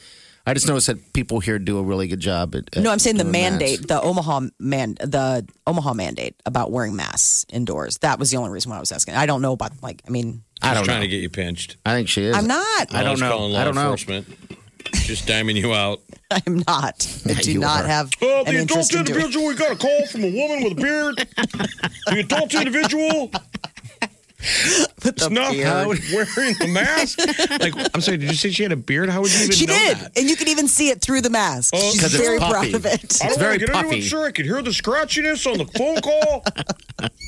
Speaker 7: I just noticed that people here do a really good job at. at
Speaker 8: No, I'm saying the
Speaker 7: doing masks.
Speaker 8: mandate, the Omaha man, the Omaha mandate about wearing masks indoors. That was the only reason why I was asking. I don't know about like, I mean,
Speaker 7: I don't
Speaker 4: trying
Speaker 7: know.
Speaker 4: to get you pinched.
Speaker 7: I think she is.
Speaker 8: I'm not.
Speaker 7: I don't
Speaker 4: Always
Speaker 7: know.
Speaker 4: Calling law
Speaker 7: I don't know.
Speaker 4: enforcement. Just diming you out.
Speaker 8: I'm not. I
Speaker 7: Yeah,
Speaker 8: do
Speaker 7: you
Speaker 8: not
Speaker 7: are.
Speaker 8: have
Speaker 3: Well,
Speaker 8: an
Speaker 3: the
Speaker 8: interest
Speaker 3: adult
Speaker 8: in doing.
Speaker 3: individual, we got a call from a woman with a beard. the adult individual is not wearing the mask.
Speaker 4: Like, I'm sorry, did you say she had a beard? How would you even
Speaker 8: She
Speaker 4: know
Speaker 8: did,
Speaker 4: that?
Speaker 8: and you can even see it through the mask.
Speaker 4: Oh,
Speaker 8: She's
Speaker 7: 'Cause it's
Speaker 8: very
Speaker 7: puffy.
Speaker 8: proud of it.
Speaker 3: I
Speaker 7: It's
Speaker 3: don't
Speaker 7: very
Speaker 3: want to get
Speaker 7: puffy.
Speaker 3: into it, sir. I could hear the scratchiness on the phone call.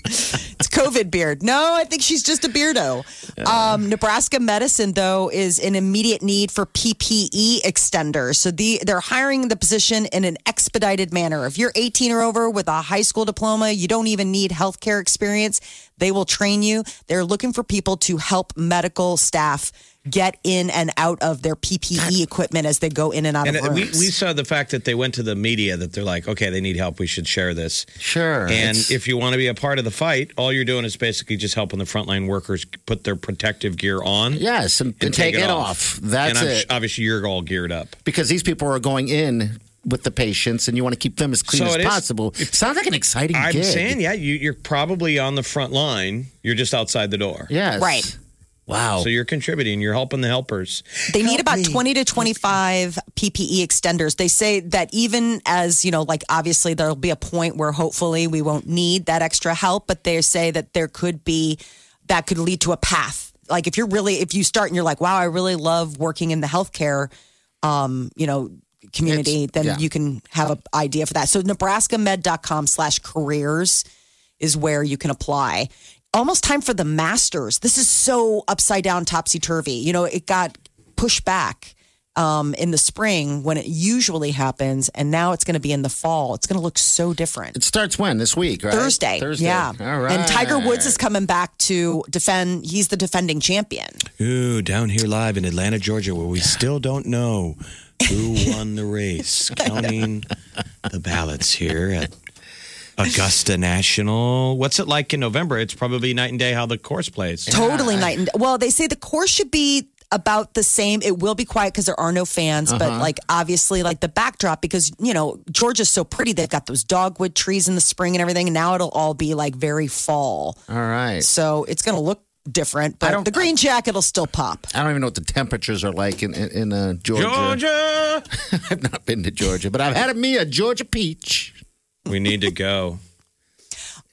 Speaker 8: It's COVID beard. No, I think she's just a beardo. Um, Nebraska medicine, though, is an immediate need for PPE extenders. So the, they're hiring the position in an expedited manner. If you're 18 or over with a high school diploma, you don't even need healthcare experience. They will train you. They're looking for people to help medical staff get in and out of their PPE equipment as they go in and out
Speaker 4: And
Speaker 8: of
Speaker 4: uh, we,
Speaker 8: rooms.
Speaker 4: we saw the fact that they went to the media that they're like, okay, they need help. We should share this.
Speaker 7: Sure.
Speaker 4: And
Speaker 7: It's-
Speaker 4: if you want to be a part of the fight, all you're doing is basically just helping the frontline workers put their protective gear on.
Speaker 7: yes, and, and take, it off. That's
Speaker 4: and I'm,
Speaker 7: it.
Speaker 4: Obviously, you're all geared up.
Speaker 7: because these people are going in with the patients, and you want to keep them as clean
Speaker 4: So
Speaker 7: as
Speaker 4: it is-
Speaker 7: possible. Sounds like an exciting
Speaker 4: I'm
Speaker 7: gig.
Speaker 4: saying, yeah, you, you're probably on the front line. You're just outside the door.
Speaker 7: Yes.
Speaker 8: Right.
Speaker 7: Wow.
Speaker 4: So you're contributing. You're helping the helpers.
Speaker 8: They need about 20 to 25 PPE E extenders. They say that even as, you know, like obviously there'll be a point where hopefully we won't need that extra help, but they say that there could be, that could lead to a path. Like if you're really, if you start and you're like, wow, I really love working in the healthcare, um, you know, community,
Speaker 7: It's-
Speaker 8: then
Speaker 7: yeah.
Speaker 8: you can have an idea for that. So nebraskamed.com slash careers is where you can apply. Almost time for the masters. This is so upside down, topsy turvy. You know, it got pushed back um, in the spring when it usually happens, and now it's going to be in the fall. It's going to look so different.
Speaker 7: It starts when this week, right?
Speaker 8: Thursday.
Speaker 7: Thursday.
Speaker 8: Yeah.
Speaker 7: All right.
Speaker 8: And Tiger Woods is coming back to defend. He's the defending champion.
Speaker 4: Ooh, down here live in Atlanta, Georgia, where we still don't know who won the race. Counting the ballots here at Augusta National. What's it like in November? It's probably night and day how the course plays.
Speaker 8: Totally night and well, they say the course should be about the same. It will be quiet because there are no fans, but
Speaker 4: Uh-huh.
Speaker 8: like obviously like the backdrop because you know Georgia's so pretty. They've got those dogwood trees in the spring and everything, and now it'll all be like very fall.
Speaker 7: All right.
Speaker 8: So it's going to look different, but the green jacket will still pop.
Speaker 7: I don't even know what the temperatures are like in in, in uh, Georgia.
Speaker 4: Georgia.
Speaker 7: I've not been to Georgia, but I've had me a Georgia peach.
Speaker 4: We need to go.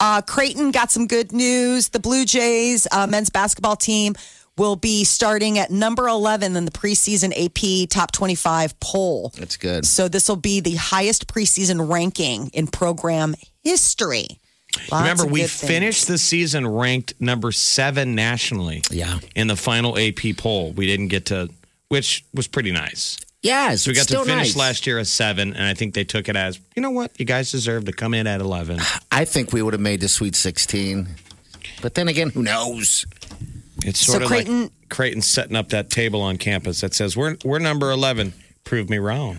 Speaker 8: Uh, Creighton got some good news. The Blue Jays uh, men's basketball team will be starting at number 11 in the preseason AP top 25 poll.
Speaker 7: That's good.
Speaker 8: So this will be the highest preseason ranking in program history. Lots
Speaker 4: Remember,
Speaker 8: of
Speaker 4: we
Speaker 8: good things.
Speaker 4: finished the season ranked number seven nationally. Yeah. In the final AP poll, we didn't get to, which was pretty nice.
Speaker 7: Yes,
Speaker 4: So we got
Speaker 7: it's
Speaker 4: to
Speaker 7: still
Speaker 4: finish
Speaker 7: nice.
Speaker 4: last year at seven, and I think they took it as, you know what, you guys deserve to come in at eleven.
Speaker 7: I think we would have made the Sweet 16, but then again, who knows?
Speaker 4: It's
Speaker 7: So
Speaker 4: sort of
Speaker 7: Creighton-
Speaker 4: like Creighton setting up that table on campus that says we're we're number eleven. Prove me wrong.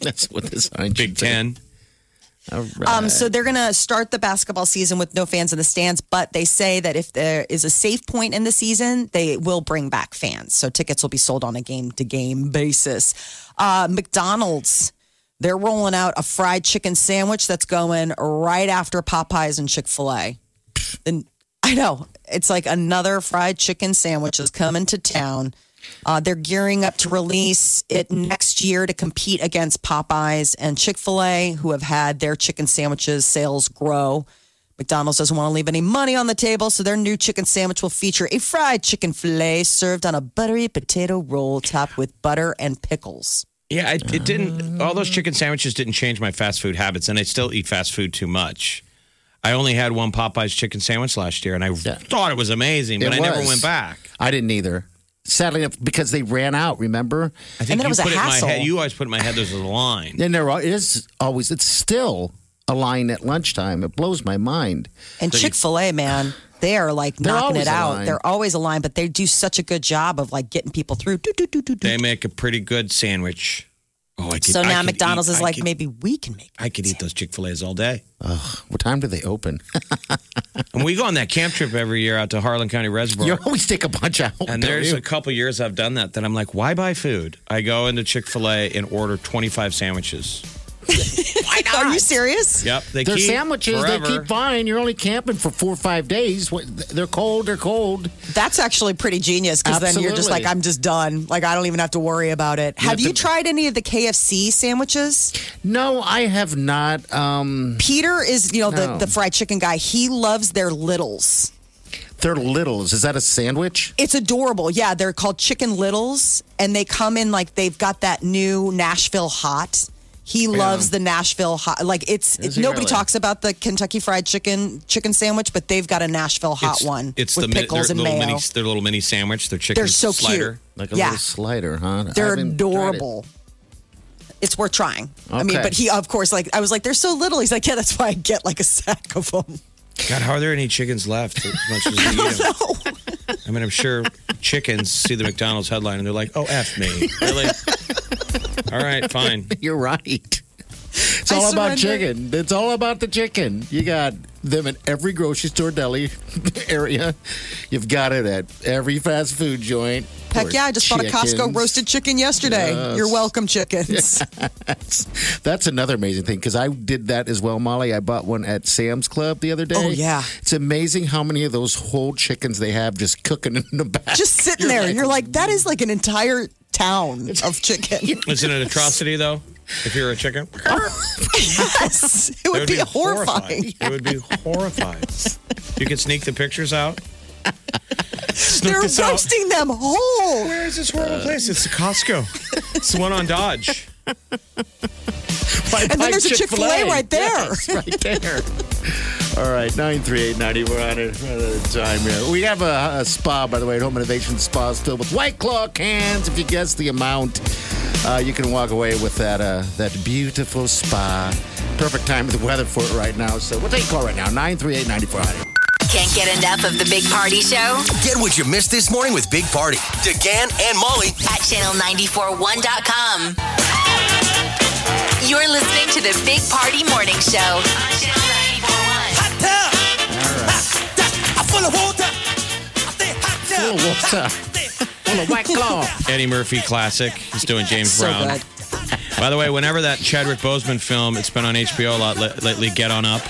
Speaker 7: That's what this Big
Speaker 4: Ten.
Speaker 7: All right.
Speaker 8: Um, so they're going to start the basketball season with no fans in the stands, but they say that if there is a safe point in the season, they will bring back fans. So tickets will be sold on a game to game basis. Uh, McDonald's, they're rolling out a fried chicken sandwich that's going right after Popeyes and Chick fil A. And I know it's like another fried chicken sandwich is coming to town. Uh, they're gearing up to release it next year to compete against Popeyes and Chick fil A, who have had their chicken sandwiches sales grow. McDonald's doesn't want to leave any money on the table, so their new chicken sandwich will feature a fried chicken filet served on a buttery potato roll topped with butter and pickles.
Speaker 4: Yeah, I, it didn't. All those chicken sandwiches didn't change my fast food habits, and I still eat fast food too much. I only had one Popeyes chicken sandwich last year, and I thought it was amazing, but
Speaker 7: It
Speaker 4: I never
Speaker 7: was.
Speaker 4: went back.
Speaker 7: I didn't either. Sadly enough, because they ran out. Remember,
Speaker 4: I think you put it In my head, you always put it in my head there's a line.
Speaker 7: And there are- is always. It's still a line at lunchtime. It blows my mind.
Speaker 8: And Chick fil A, man, they are like
Speaker 7: They're
Speaker 8: knocking
Speaker 7: always
Speaker 8: it
Speaker 7: a
Speaker 8: out.
Speaker 7: line.
Speaker 8: They're always a line, but they do such a good job of like getting people through. Do, do, do, do, do.
Speaker 4: They make a pretty good sandwich. Oh, I could,
Speaker 8: so
Speaker 4: I
Speaker 8: now
Speaker 4: could
Speaker 8: McDonald's
Speaker 4: eat-
Speaker 8: is
Speaker 4: I
Speaker 8: like,
Speaker 4: could-
Speaker 8: maybe we can make
Speaker 4: I could eat those Chick Fil A's all day.
Speaker 7: Ugh, what time do they open?
Speaker 4: And we go on that camp trip every year out to Harlan County Reservoir.
Speaker 7: You always take a bunch out.
Speaker 4: And
Speaker 7: don't
Speaker 4: there's
Speaker 7: you?
Speaker 4: a couple years I've done that that I'm like, why buy food? I go into Chick Fil A and order 25 sandwiches.
Speaker 8: Are you serious?
Speaker 4: Yep, they
Speaker 7: Their
Speaker 4: keep
Speaker 7: sandwiches,
Speaker 4: forever.
Speaker 7: they keep fine. You're only camping for four or five days. What- They're cold, they're cold.
Speaker 8: That's actually pretty genius because then you're just like, I'm just done. Like, I don't even have to worry about it.
Speaker 7: You
Speaker 8: have
Speaker 7: have
Speaker 8: you
Speaker 7: to-
Speaker 8: tried any of the KFC sandwiches?
Speaker 7: No, I have not. Um,
Speaker 4: Mm.
Speaker 8: Peter is, you know,
Speaker 7: No.
Speaker 8: the, the fried chicken guy. He loves their littles.
Speaker 7: They're littles. Is that a sandwich?
Speaker 8: It's adorable. Yeah, they're called Chicken Littles, and they come in like they've got that new Nashville hot. He loves the Nashville hot. Like it's
Speaker 4: Is he
Speaker 8: nobody
Speaker 4: really?
Speaker 8: talks about the Kentucky Fried Chicken chicken sandwich, but they've got a Nashville hot
Speaker 4: It's-
Speaker 8: one
Speaker 4: It's
Speaker 8: with
Speaker 4: the mi-
Speaker 8: pickles
Speaker 4: their
Speaker 8: and
Speaker 4: little
Speaker 8: mayo.
Speaker 4: Mini, their little mini sandwich, their chicken
Speaker 8: They're so cute.
Speaker 4: slider.
Speaker 7: Like a
Speaker 8: Yeah.
Speaker 7: little slider, huh? I
Speaker 8: They're
Speaker 7: haven't tried it.
Speaker 8: adorable. It's worth trying. I mean,
Speaker 7: Okay.
Speaker 8: but he, of course, like I was like, they're so little. He's like, yeah, that's why I get like a sack of them.
Speaker 4: God, how are there any chickens left as much as we eat 'em?
Speaker 8: Oh,
Speaker 4: I mean, I'm sure chickens see the McDonald's headline and they're like, oh, F me. Really? all right, fine.
Speaker 7: You're right. It's
Speaker 4: I
Speaker 7: all about
Speaker 4: surrender.
Speaker 7: chicken. It's all about the chicken. You got them at every grocery store deli area. You've got it at every fast food joint.
Speaker 8: Heck yeah, I just bought a Costco
Speaker 7: roasted.
Speaker 8: roasted chicken yesterday.
Speaker 7: Yes.
Speaker 8: You're welcome, chickens.
Speaker 7: That's, that's another amazing thing because I did that as well, Molly. I bought one at Sam's Club the other day.
Speaker 8: Oh, yeah.
Speaker 7: it's amazing how many of those whole chickens they have just cooking in the back.
Speaker 8: Just sitting there.
Speaker 7: like,
Speaker 8: you're like, that is like an entire town of chicken.
Speaker 4: Isn't it an atrocity, though, if you're a chicken?
Speaker 8: yes. It would,
Speaker 4: That
Speaker 8: be, horrifying.
Speaker 4: It would be horrifying. you could sneak the pictures out. Snook
Speaker 8: They're
Speaker 4: this out.
Speaker 8: roasting them whole.
Speaker 4: Where is this horrible place? It's Costco. Uh, It's the one on Dodge.
Speaker 8: And then there's a Chick-fil-A right there.
Speaker 7: right there. All right, 938-9100 time here. We have a, a spa, by the way, at Home Innovation Spa is filled with White Claw cans. If you guess the amount, uh, you can walk away with that uh, that beautiful spa. Perfect time of the weather for it right now. So we'll take a call right now, 938-9400.
Speaker 2: Can't get enough of the Big Party Show
Speaker 12: Get what you missed this morning with Big Party. DeGan and Molly.
Speaker 2: at channel941.com. You're listening to the Big Party Morning Show on Channel 941.
Speaker 9: Hot tub. I full of water.
Speaker 7: Full of water. Full of White Claw.
Speaker 4: Eddie Murphy classic. He's doing James
Speaker 7: So
Speaker 4: Brown.
Speaker 7: good.
Speaker 4: By the way, whenever that Chadwick Boseman film, it's been on HBO a lot li- lately. Get on up.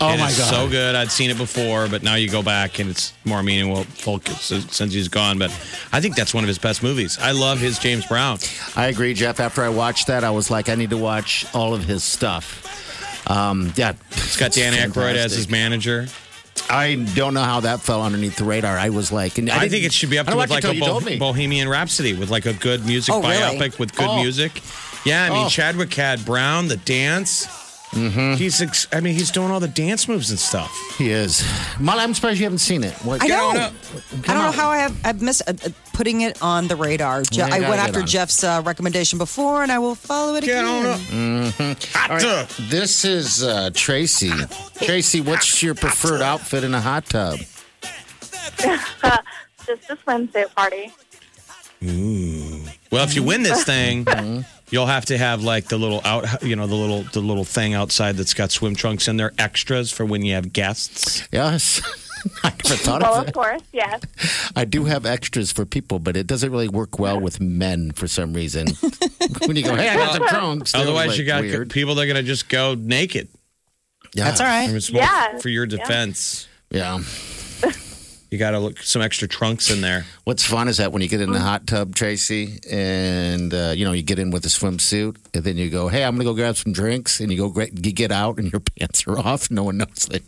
Speaker 7: Oh,
Speaker 4: It
Speaker 7: my
Speaker 4: is
Speaker 7: God.
Speaker 4: so good. I'd seen it before, but now you go back and it's more meaningful focus since he's gone. But I think that's one of his best movies. I love his James Brown.
Speaker 7: I agree, Jeff. After I watched that, I was like, I need to watch all of his stuff. Um, yeah,
Speaker 4: It's got Dan Aykroyd as his manager.
Speaker 7: I don't know how that fell underneath the radar. I was like, and
Speaker 4: I,
Speaker 7: didn't-
Speaker 4: think it should be up
Speaker 7: I
Speaker 4: to with
Speaker 7: didn't watch
Speaker 4: like
Speaker 7: it
Speaker 4: a
Speaker 7: till you
Speaker 4: Bo-
Speaker 7: told me.
Speaker 4: Bohemian Rhapsody with like a good music
Speaker 7: Oh, really?
Speaker 4: biopic with good
Speaker 7: Oh.
Speaker 4: music. Yeah, I mean
Speaker 7: Oh.
Speaker 4: Chadwick had Brown the dance. Mm-hmm. He's ex- I mean he's doing all the dance moves and stuff.
Speaker 7: He is. Molly, I'm surprised you haven't seen it. What-
Speaker 8: I know. I don't know how I have I've missed uh, uh, putting it on the radar. Je-
Speaker 7: Yeah, you
Speaker 8: I
Speaker 7: gotta
Speaker 8: went
Speaker 7: get
Speaker 8: after
Speaker 7: on it.
Speaker 8: Jeff's uh, recommendation before, and I will follow it again.
Speaker 7: Mhm. All right, This is uh, Tracy. Tracy, what's your preferred outfit in a hot tub?
Speaker 13: Just this Wednesday party.
Speaker 4: Ooh. Well, if you win this thing, you'll have to have like the little out, you know, the little the little thing outside that's got swim trunks in there, extras for when you have guests.
Speaker 7: Yes. I never thought
Speaker 13: well,
Speaker 7: of
Speaker 13: of
Speaker 7: it.
Speaker 13: course, yes.
Speaker 7: I do have extras for people, but it doesn't really work well with men for some reason. when you go, hey, I got some trunks. they're
Speaker 4: Otherwise,
Speaker 7: like,
Speaker 4: you got
Speaker 7: weird.
Speaker 4: people that are gonna just go naked.
Speaker 7: Yeah. That's all
Speaker 4: I
Speaker 7: right.
Speaker 4: mean, it's more
Speaker 13: Yeah.
Speaker 4: For your
Speaker 13: Yeah.
Speaker 4: defense,
Speaker 7: Yeah.
Speaker 4: you got to look some extra trunks in there.
Speaker 7: What's fun is that when you get in the hot tub, Tracy, and uh, you know you get in with a swimsuit, and then you go, "Hey, I'm gonna go grab some drinks," and you go gra- you get out, and your pants are off. No one knows it.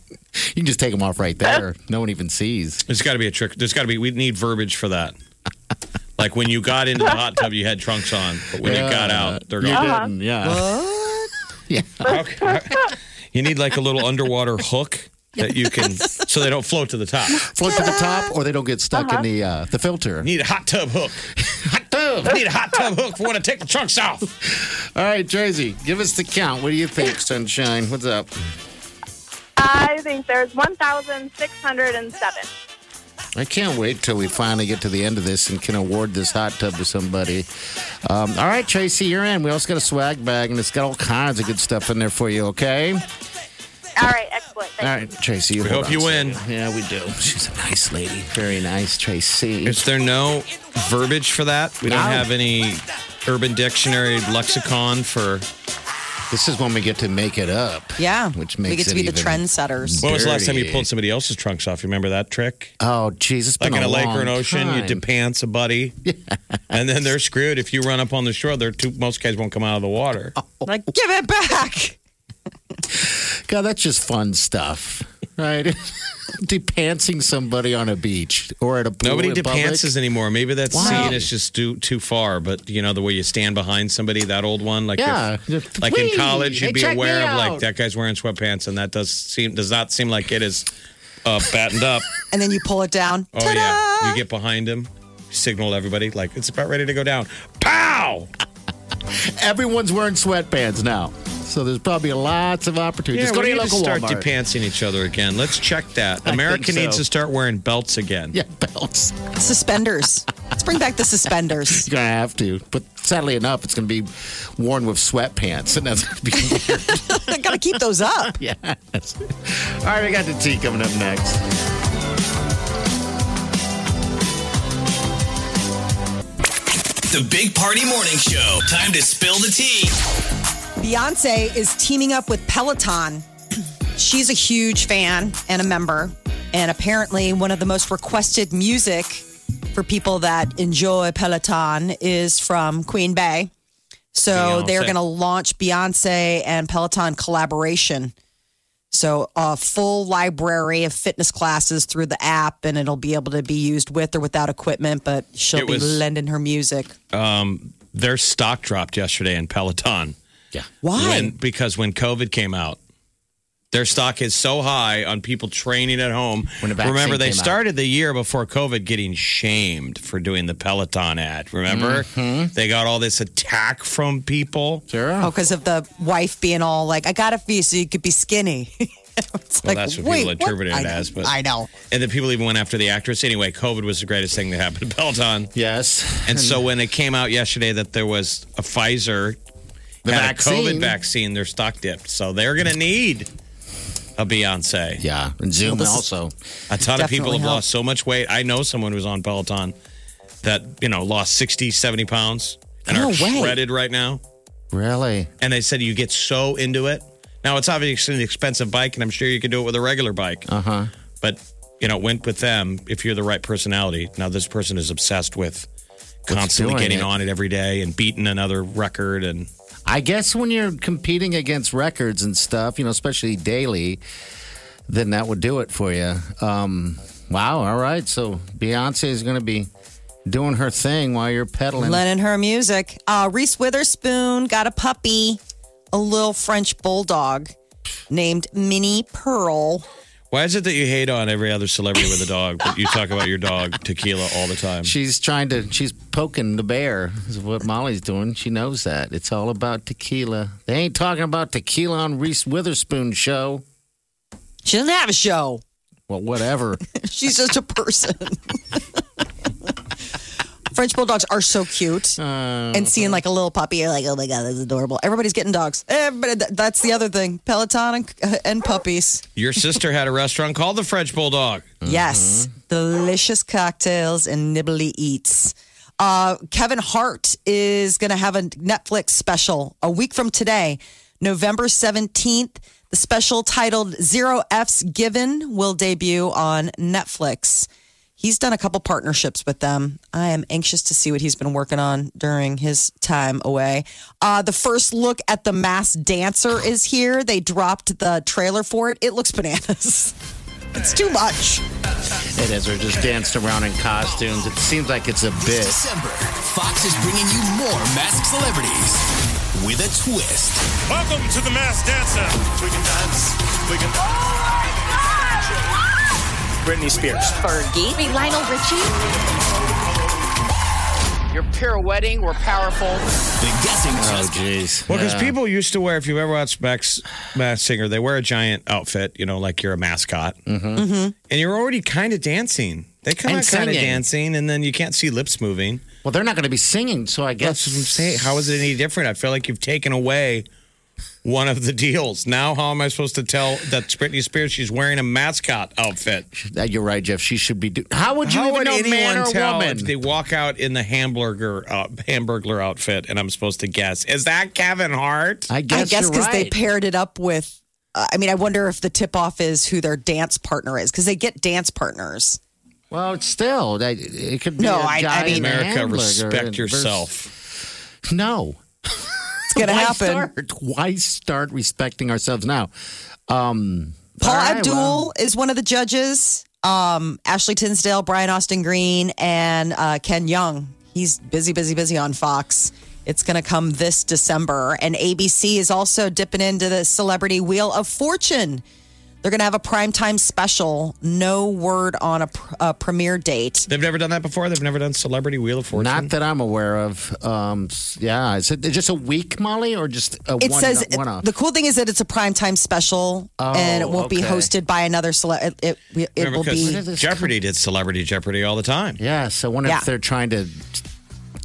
Speaker 7: You can just take them off right there. No one even sees.
Speaker 4: There's got to be a trick. There's got to be. We need verbiage for that. Like when you got into the hot tub, you had trunks on, but when you got out, they're
Speaker 7: You
Speaker 4: gone.
Speaker 7: didn't, yeah.
Speaker 4: Okay. You need like a little underwater hook that you can, so they don't float to the top.
Speaker 7: Float to the top, or they don't get stuck in the uh, the filter.
Speaker 4: Need a hot tub hook.
Speaker 7: Hot tub.
Speaker 4: I need a hot tub hook for when I take the trunks off.
Speaker 7: All right, Tracy, give us the count. What do you think, Sunshine? What's up?
Speaker 13: I think there's 1,607.
Speaker 7: I can't wait till we finally get to the end of this and can award this hot tub to somebody. Um, all right, Tracy, you're in. We also got a swag bag, and it's got all kinds of good stuff in there for you. Okay.
Speaker 13: All right, excellent.
Speaker 7: All right, Tracy. You
Speaker 4: We
Speaker 7: hold on
Speaker 4: hope you
Speaker 7: to
Speaker 4: win.
Speaker 7: it. Yeah, we do. She's a nice lady. Very nice, Tracy.
Speaker 4: Is there no verbiage for that? We don't
Speaker 7: No.
Speaker 4: have any Urban Dictionary lexicon for.
Speaker 7: This is when we get to make it up.
Speaker 8: Yeah,
Speaker 7: Which
Speaker 8: we
Speaker 7: makes
Speaker 8: get to
Speaker 7: it
Speaker 8: be the
Speaker 7: even-
Speaker 8: trendsetters.
Speaker 4: When was the last time you
Speaker 7: Dirty.
Speaker 4: pulled somebody else's trunks off? You remember that trick?
Speaker 7: Oh, jeez, it's
Speaker 4: Like
Speaker 7: been
Speaker 4: in a,
Speaker 7: a,
Speaker 4: lake
Speaker 7: long
Speaker 4: or an ocean,
Speaker 7: time.
Speaker 4: you depants a buddy, and then they're screwed. If you run up on the shore, they're two, most guys won't come out of the water.
Speaker 8: Like, give it back.
Speaker 7: God, that's just fun stuff, right? depantsing somebody on a beach or at a pool.
Speaker 4: Nobody
Speaker 7: in public.
Speaker 4: depantses anymore. Maybe that
Speaker 7: Why?
Speaker 4: scene is just too too far. But you know the way you stand behind somebody, that old one, like
Speaker 7: Yeah.
Speaker 4: if- like in
Speaker 7: Please,
Speaker 4: college,
Speaker 7: hey,
Speaker 4: you'd be
Speaker 7: check me
Speaker 4: aware of
Speaker 7: out.
Speaker 4: like that guy's wearing sweatpants, and that does seem does not seem like it is uh, battened up.
Speaker 8: And then you pull it down.
Speaker 4: Oh
Speaker 8: Ta-da!
Speaker 4: yeah, you get behind him, signal everybody like it's about ready to go down. Pow!
Speaker 7: Everyone's wearing sweatpants now. So there's probably lots of opportunities. Just go
Speaker 4: we
Speaker 7: to your
Speaker 4: need
Speaker 7: local
Speaker 4: to start
Speaker 7: Walmart.
Speaker 4: depantsing each other again. Let's check that.
Speaker 7: I
Speaker 4: America
Speaker 7: think so.
Speaker 4: needs to start wearing belts again.
Speaker 7: yeah, belts.
Speaker 8: Suspenders. Let's bring back the suspenders.
Speaker 7: You're gonna have to. But sadly enough, it's gonna be worn with sweatpants, and that's gonna be weird.
Speaker 8: Gotta keep those up.
Speaker 7: yes. All right, we got the tea coming up next.
Speaker 12: The Big Party Morning Show. Time to spill the tea.
Speaker 8: Beyonce is teaming up with Peloton. She's a huge fan and a member, and apparently one of the most requested music for people that enjoy Peloton is from Queen Bay. So they're
Speaker 4: Beyonce.
Speaker 8: going to launch Beyonce and Peloton collaboration. So a full library of fitness classes through the app, and it'll be able to be used with or without equipment. But she'll
Speaker 4: It
Speaker 8: be
Speaker 4: was-
Speaker 8: lending her music.
Speaker 4: Their stock dropped yesterday in Peloton.
Speaker 7: Yeah.
Speaker 8: Why?
Speaker 4: When, because when COVID came out, Their stock is so high on people training at home.
Speaker 7: When the vaccine
Speaker 4: Remember, they
Speaker 7: came out.
Speaker 4: started the year before COVID getting shamed for doing the Peloton ad. Remember? They got all this attack from people.
Speaker 7: Mm-hmm. Sure.
Speaker 8: Oh, because of the wife being all like, I got to be so you could be skinny. it's
Speaker 4: Well,
Speaker 8: like,
Speaker 4: that's what
Speaker 8: wait,
Speaker 4: people interpret
Speaker 8: I
Speaker 4: it
Speaker 8: know,
Speaker 4: as. But
Speaker 8: I know.
Speaker 4: And then people even went after the actress. Anyway, COVID was the greatest thing that happened to Peloton.
Speaker 7: Yes.
Speaker 4: And so when it came out yesterday that there was a Pfizer
Speaker 7: The
Speaker 4: had a
Speaker 7: vaccine.
Speaker 4: COVID vaccine, their stock dipped. So they're going to need a Beyonce.
Speaker 7: Yeah, and Zoom
Speaker 4: Well, this is-
Speaker 7: also.
Speaker 4: A ton of people
Speaker 7: Definitely
Speaker 4: have
Speaker 7: helped.
Speaker 4: lost so much weight. I know someone who's on Peloton that, you know, lost 60, 70 pounds and
Speaker 7: No
Speaker 4: are
Speaker 7: way.
Speaker 4: shredded right now.
Speaker 7: Really?
Speaker 4: And they said you get so into it. Now, it's obviously an expensive bike, and I'm sure you could do it with a regular bike.
Speaker 7: Uh huh.
Speaker 4: But you know, it went with them if you're the right personality. Now this person is obsessed with constantly
Speaker 7: doing
Speaker 4: getting
Speaker 7: it.
Speaker 4: on it every day and beating another record and
Speaker 7: I guess when you're competing against records and stuff, you know, especially daily, then that would do it for you. Um, wow. All right. So Beyonce is going to be doing her thing while you're pedaling.
Speaker 8: Lennon her music. Uh, Reese Witherspoon got a puppy, a little French bulldog named Minnie Pearl.
Speaker 4: why is it that you hate on every other celebrity with a dog, but you talk about your dog tequila all the time?
Speaker 7: She's trying to, she's poking the bear, is what Molly's doing. She knows that. It's all about tequila. They ain't talking about tequila on Reese Witherspoon's show.
Speaker 8: She doesn't have a show.
Speaker 7: Well, whatever.
Speaker 8: She's just a person. French bulldogs are so cute, and seeing like a little puppy, you're like, oh my god, that's adorable. Everybody's getting dogs. Everybody, th- that's the other thing: Peloton and, uh, and puppies.
Speaker 4: Your sister had a restaurant called the French Bulldog.
Speaker 8: Yes, delicious cocktails and nibbly eats. Uh, Kevin Hart is going to have a Netflix special a week from today, November 17th. The special titled Zero F's Given will debut on Netflix. He's done a couple partnerships with them. I am anxious to see what he's been working on during his time away. Uh, the first look at The Mass Dancer is here. They dropped the trailer for it. It looks bananas. It's too much.
Speaker 7: It is. We're just danced around in costumes. It seems like it's a
Speaker 12: This
Speaker 7: bit.
Speaker 12: December, Fox is bringing you more masked celebrities with a twist.
Speaker 3: Welcome to the Mass Dancer. We can dance. We can.
Speaker 14: Britney Spears.
Speaker 2: Fergie. Lionel Richie.
Speaker 14: You're pirouetting. We're powerful.
Speaker 12: The guessing
Speaker 7: Oh, jeez.
Speaker 4: Well, because
Speaker 7: Yeah.
Speaker 4: people used to wear, if you've ever watched Max, Max Singer, they wear a giant outfit, you know, like you're a mascot. Mm-hmm. And you're already kind of dancing. They come
Speaker 7: And
Speaker 4: out kind of
Speaker 7: singing.
Speaker 4: dancing, and then you can't see lips moving.
Speaker 7: Well, they're not going to be singing, so I guess.
Speaker 4: That's what I'm saying. How is it any different? I feel like you've taken away one of the deals. Now, how am I supposed to tell that Britney Spears she's wearing a mascot outfit?
Speaker 7: Uh, You're right, Jeff. She should be. Do- How would you
Speaker 4: How
Speaker 7: even
Speaker 4: would
Speaker 7: know
Speaker 4: anyone
Speaker 7: man or
Speaker 4: tell
Speaker 7: woman?
Speaker 4: if they walk out in the hamburger uh, hamburger outfit, and I'm supposed to guess is that Kevin Hart?
Speaker 7: I
Speaker 8: I guess because they paired it up with. Uh, I mean, I wonder if the tip off is who their dance partner is because they get dance partners.
Speaker 7: well, it's still, they, it could be.
Speaker 8: No,
Speaker 7: a
Speaker 8: I- I
Speaker 7: guy
Speaker 8: mean-
Speaker 7: in a
Speaker 4: America,
Speaker 7: hamburger
Speaker 4: respect
Speaker 7: and vers-
Speaker 4: yourself.
Speaker 7: No,
Speaker 8: It's going to
Speaker 7: Why
Speaker 8: happen.
Speaker 7: Start? Why start respecting ourselves now? Um,
Speaker 8: Paul
Speaker 7: all right,
Speaker 8: Abdul
Speaker 7: well,
Speaker 8: is one of the judges. Um, Ashley Tinsdale, Brian Austin Green, and uh, Ken Young. He's busy, busy, busy on Fox. It's going to come this December. And ABC is also dipping into the celebrity wheel of fortune. They're going to have a primetime special. No word on a, pr- a premiere date.
Speaker 4: They've never done that before. They've never done Celebrity Wheel of Fortune.
Speaker 7: not that I'm aware of. Um, s- yeah, is it just a week, Molly, or just a
Speaker 8: It
Speaker 7: one,
Speaker 8: says
Speaker 7: one off?
Speaker 8: the cool thing is that it's a primetime special and it won't be
Speaker 7: okay.
Speaker 8: hosted by another celebrity. It, it, it
Speaker 4: Remember,
Speaker 8: will
Speaker 4: 'cause
Speaker 8: be.
Speaker 4: Jeopardy did Celebrity Jeopardy all the time.
Speaker 7: Yeah, so I wonder
Speaker 8: Yeah.
Speaker 7: if they're trying to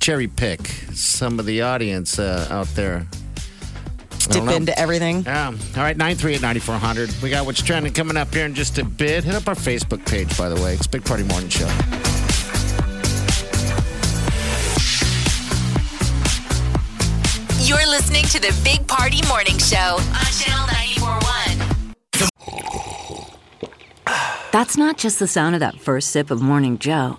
Speaker 7: cherry pick some of the audience uh, out there. I don't
Speaker 8: Dip
Speaker 7: know.
Speaker 8: into everything.
Speaker 7: Yeah. All right, 938-9400. We got what's trending coming up here in just a bit. Hit up our Facebook page, by the way. It's Big Party Morning Show.
Speaker 2: You're listening to the Big Party Morning Show on Channel 941.
Speaker 6: That's not just the sound of that first sip of Morning Joe.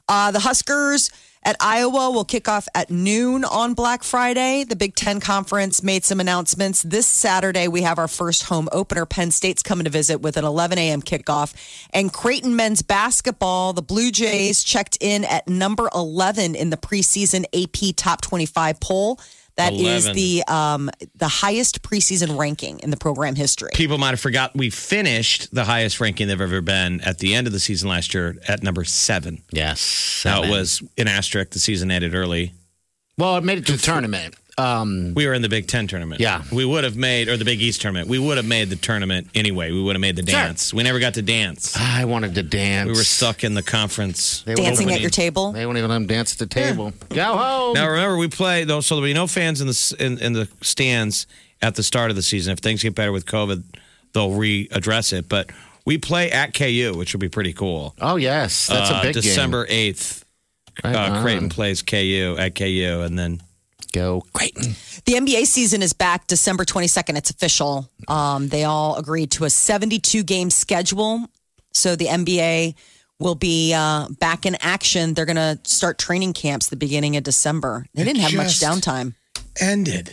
Speaker 8: Uh, the Huskers at Iowa will kick off at noon on Black Friday. The Big Ten Conference made some announcements. This Saturday, we have our first home opener. Penn State's coming to visit with an 11 a.m. kickoff. And Creighton men's basketball, the Blue Jays checked in at number 11 in the preseason AP Top 25 poll. That is
Speaker 4: 11.
Speaker 8: the um, the highest preseason ranking in the program history.
Speaker 4: People might have forgot we finished the highest ranking they've ever been at the end of the season last year at number seven.
Speaker 7: Yes,
Speaker 4: now it
Speaker 7: seven.
Speaker 4: was an asterisk. The season ended early.
Speaker 7: Well, it made it to the tournament. Um,
Speaker 4: we were in the Big Ten tournament.
Speaker 7: Yeah.
Speaker 4: we would have made or the Big East tournament. We would have made the tournament anyway. We would have made the
Speaker 7: Sure.
Speaker 4: dance. We never got to dance.
Speaker 7: I wanted to dance.
Speaker 4: We were stuck in the conference.
Speaker 8: Dancing at
Speaker 4: Opening.
Speaker 8: your table.
Speaker 7: They won't even let them dance at the table. Go home.
Speaker 4: Now remember, we play though, so there'll be no fans in the in, in the stands at the start of the season. If things get better with COVID, they'll readdress it. But we play at KU, which will be pretty cool.
Speaker 7: Oh yes, that's
Speaker 4: Uh,
Speaker 7: a big game.
Speaker 4: December eighth.
Speaker 7: Right
Speaker 4: uh,
Speaker 7: on.
Speaker 4: Creighton plays KU at KU, and then
Speaker 7: go Creighton.
Speaker 8: The NBA season is back December 22nd. It's official. Um, they all agreed to a 72 game schedule. So the NBA will be uh, back in action. They're going to start training camps the beginning of December. They didn't have much
Speaker 4: just-
Speaker 8: downtime.
Speaker 4: Ended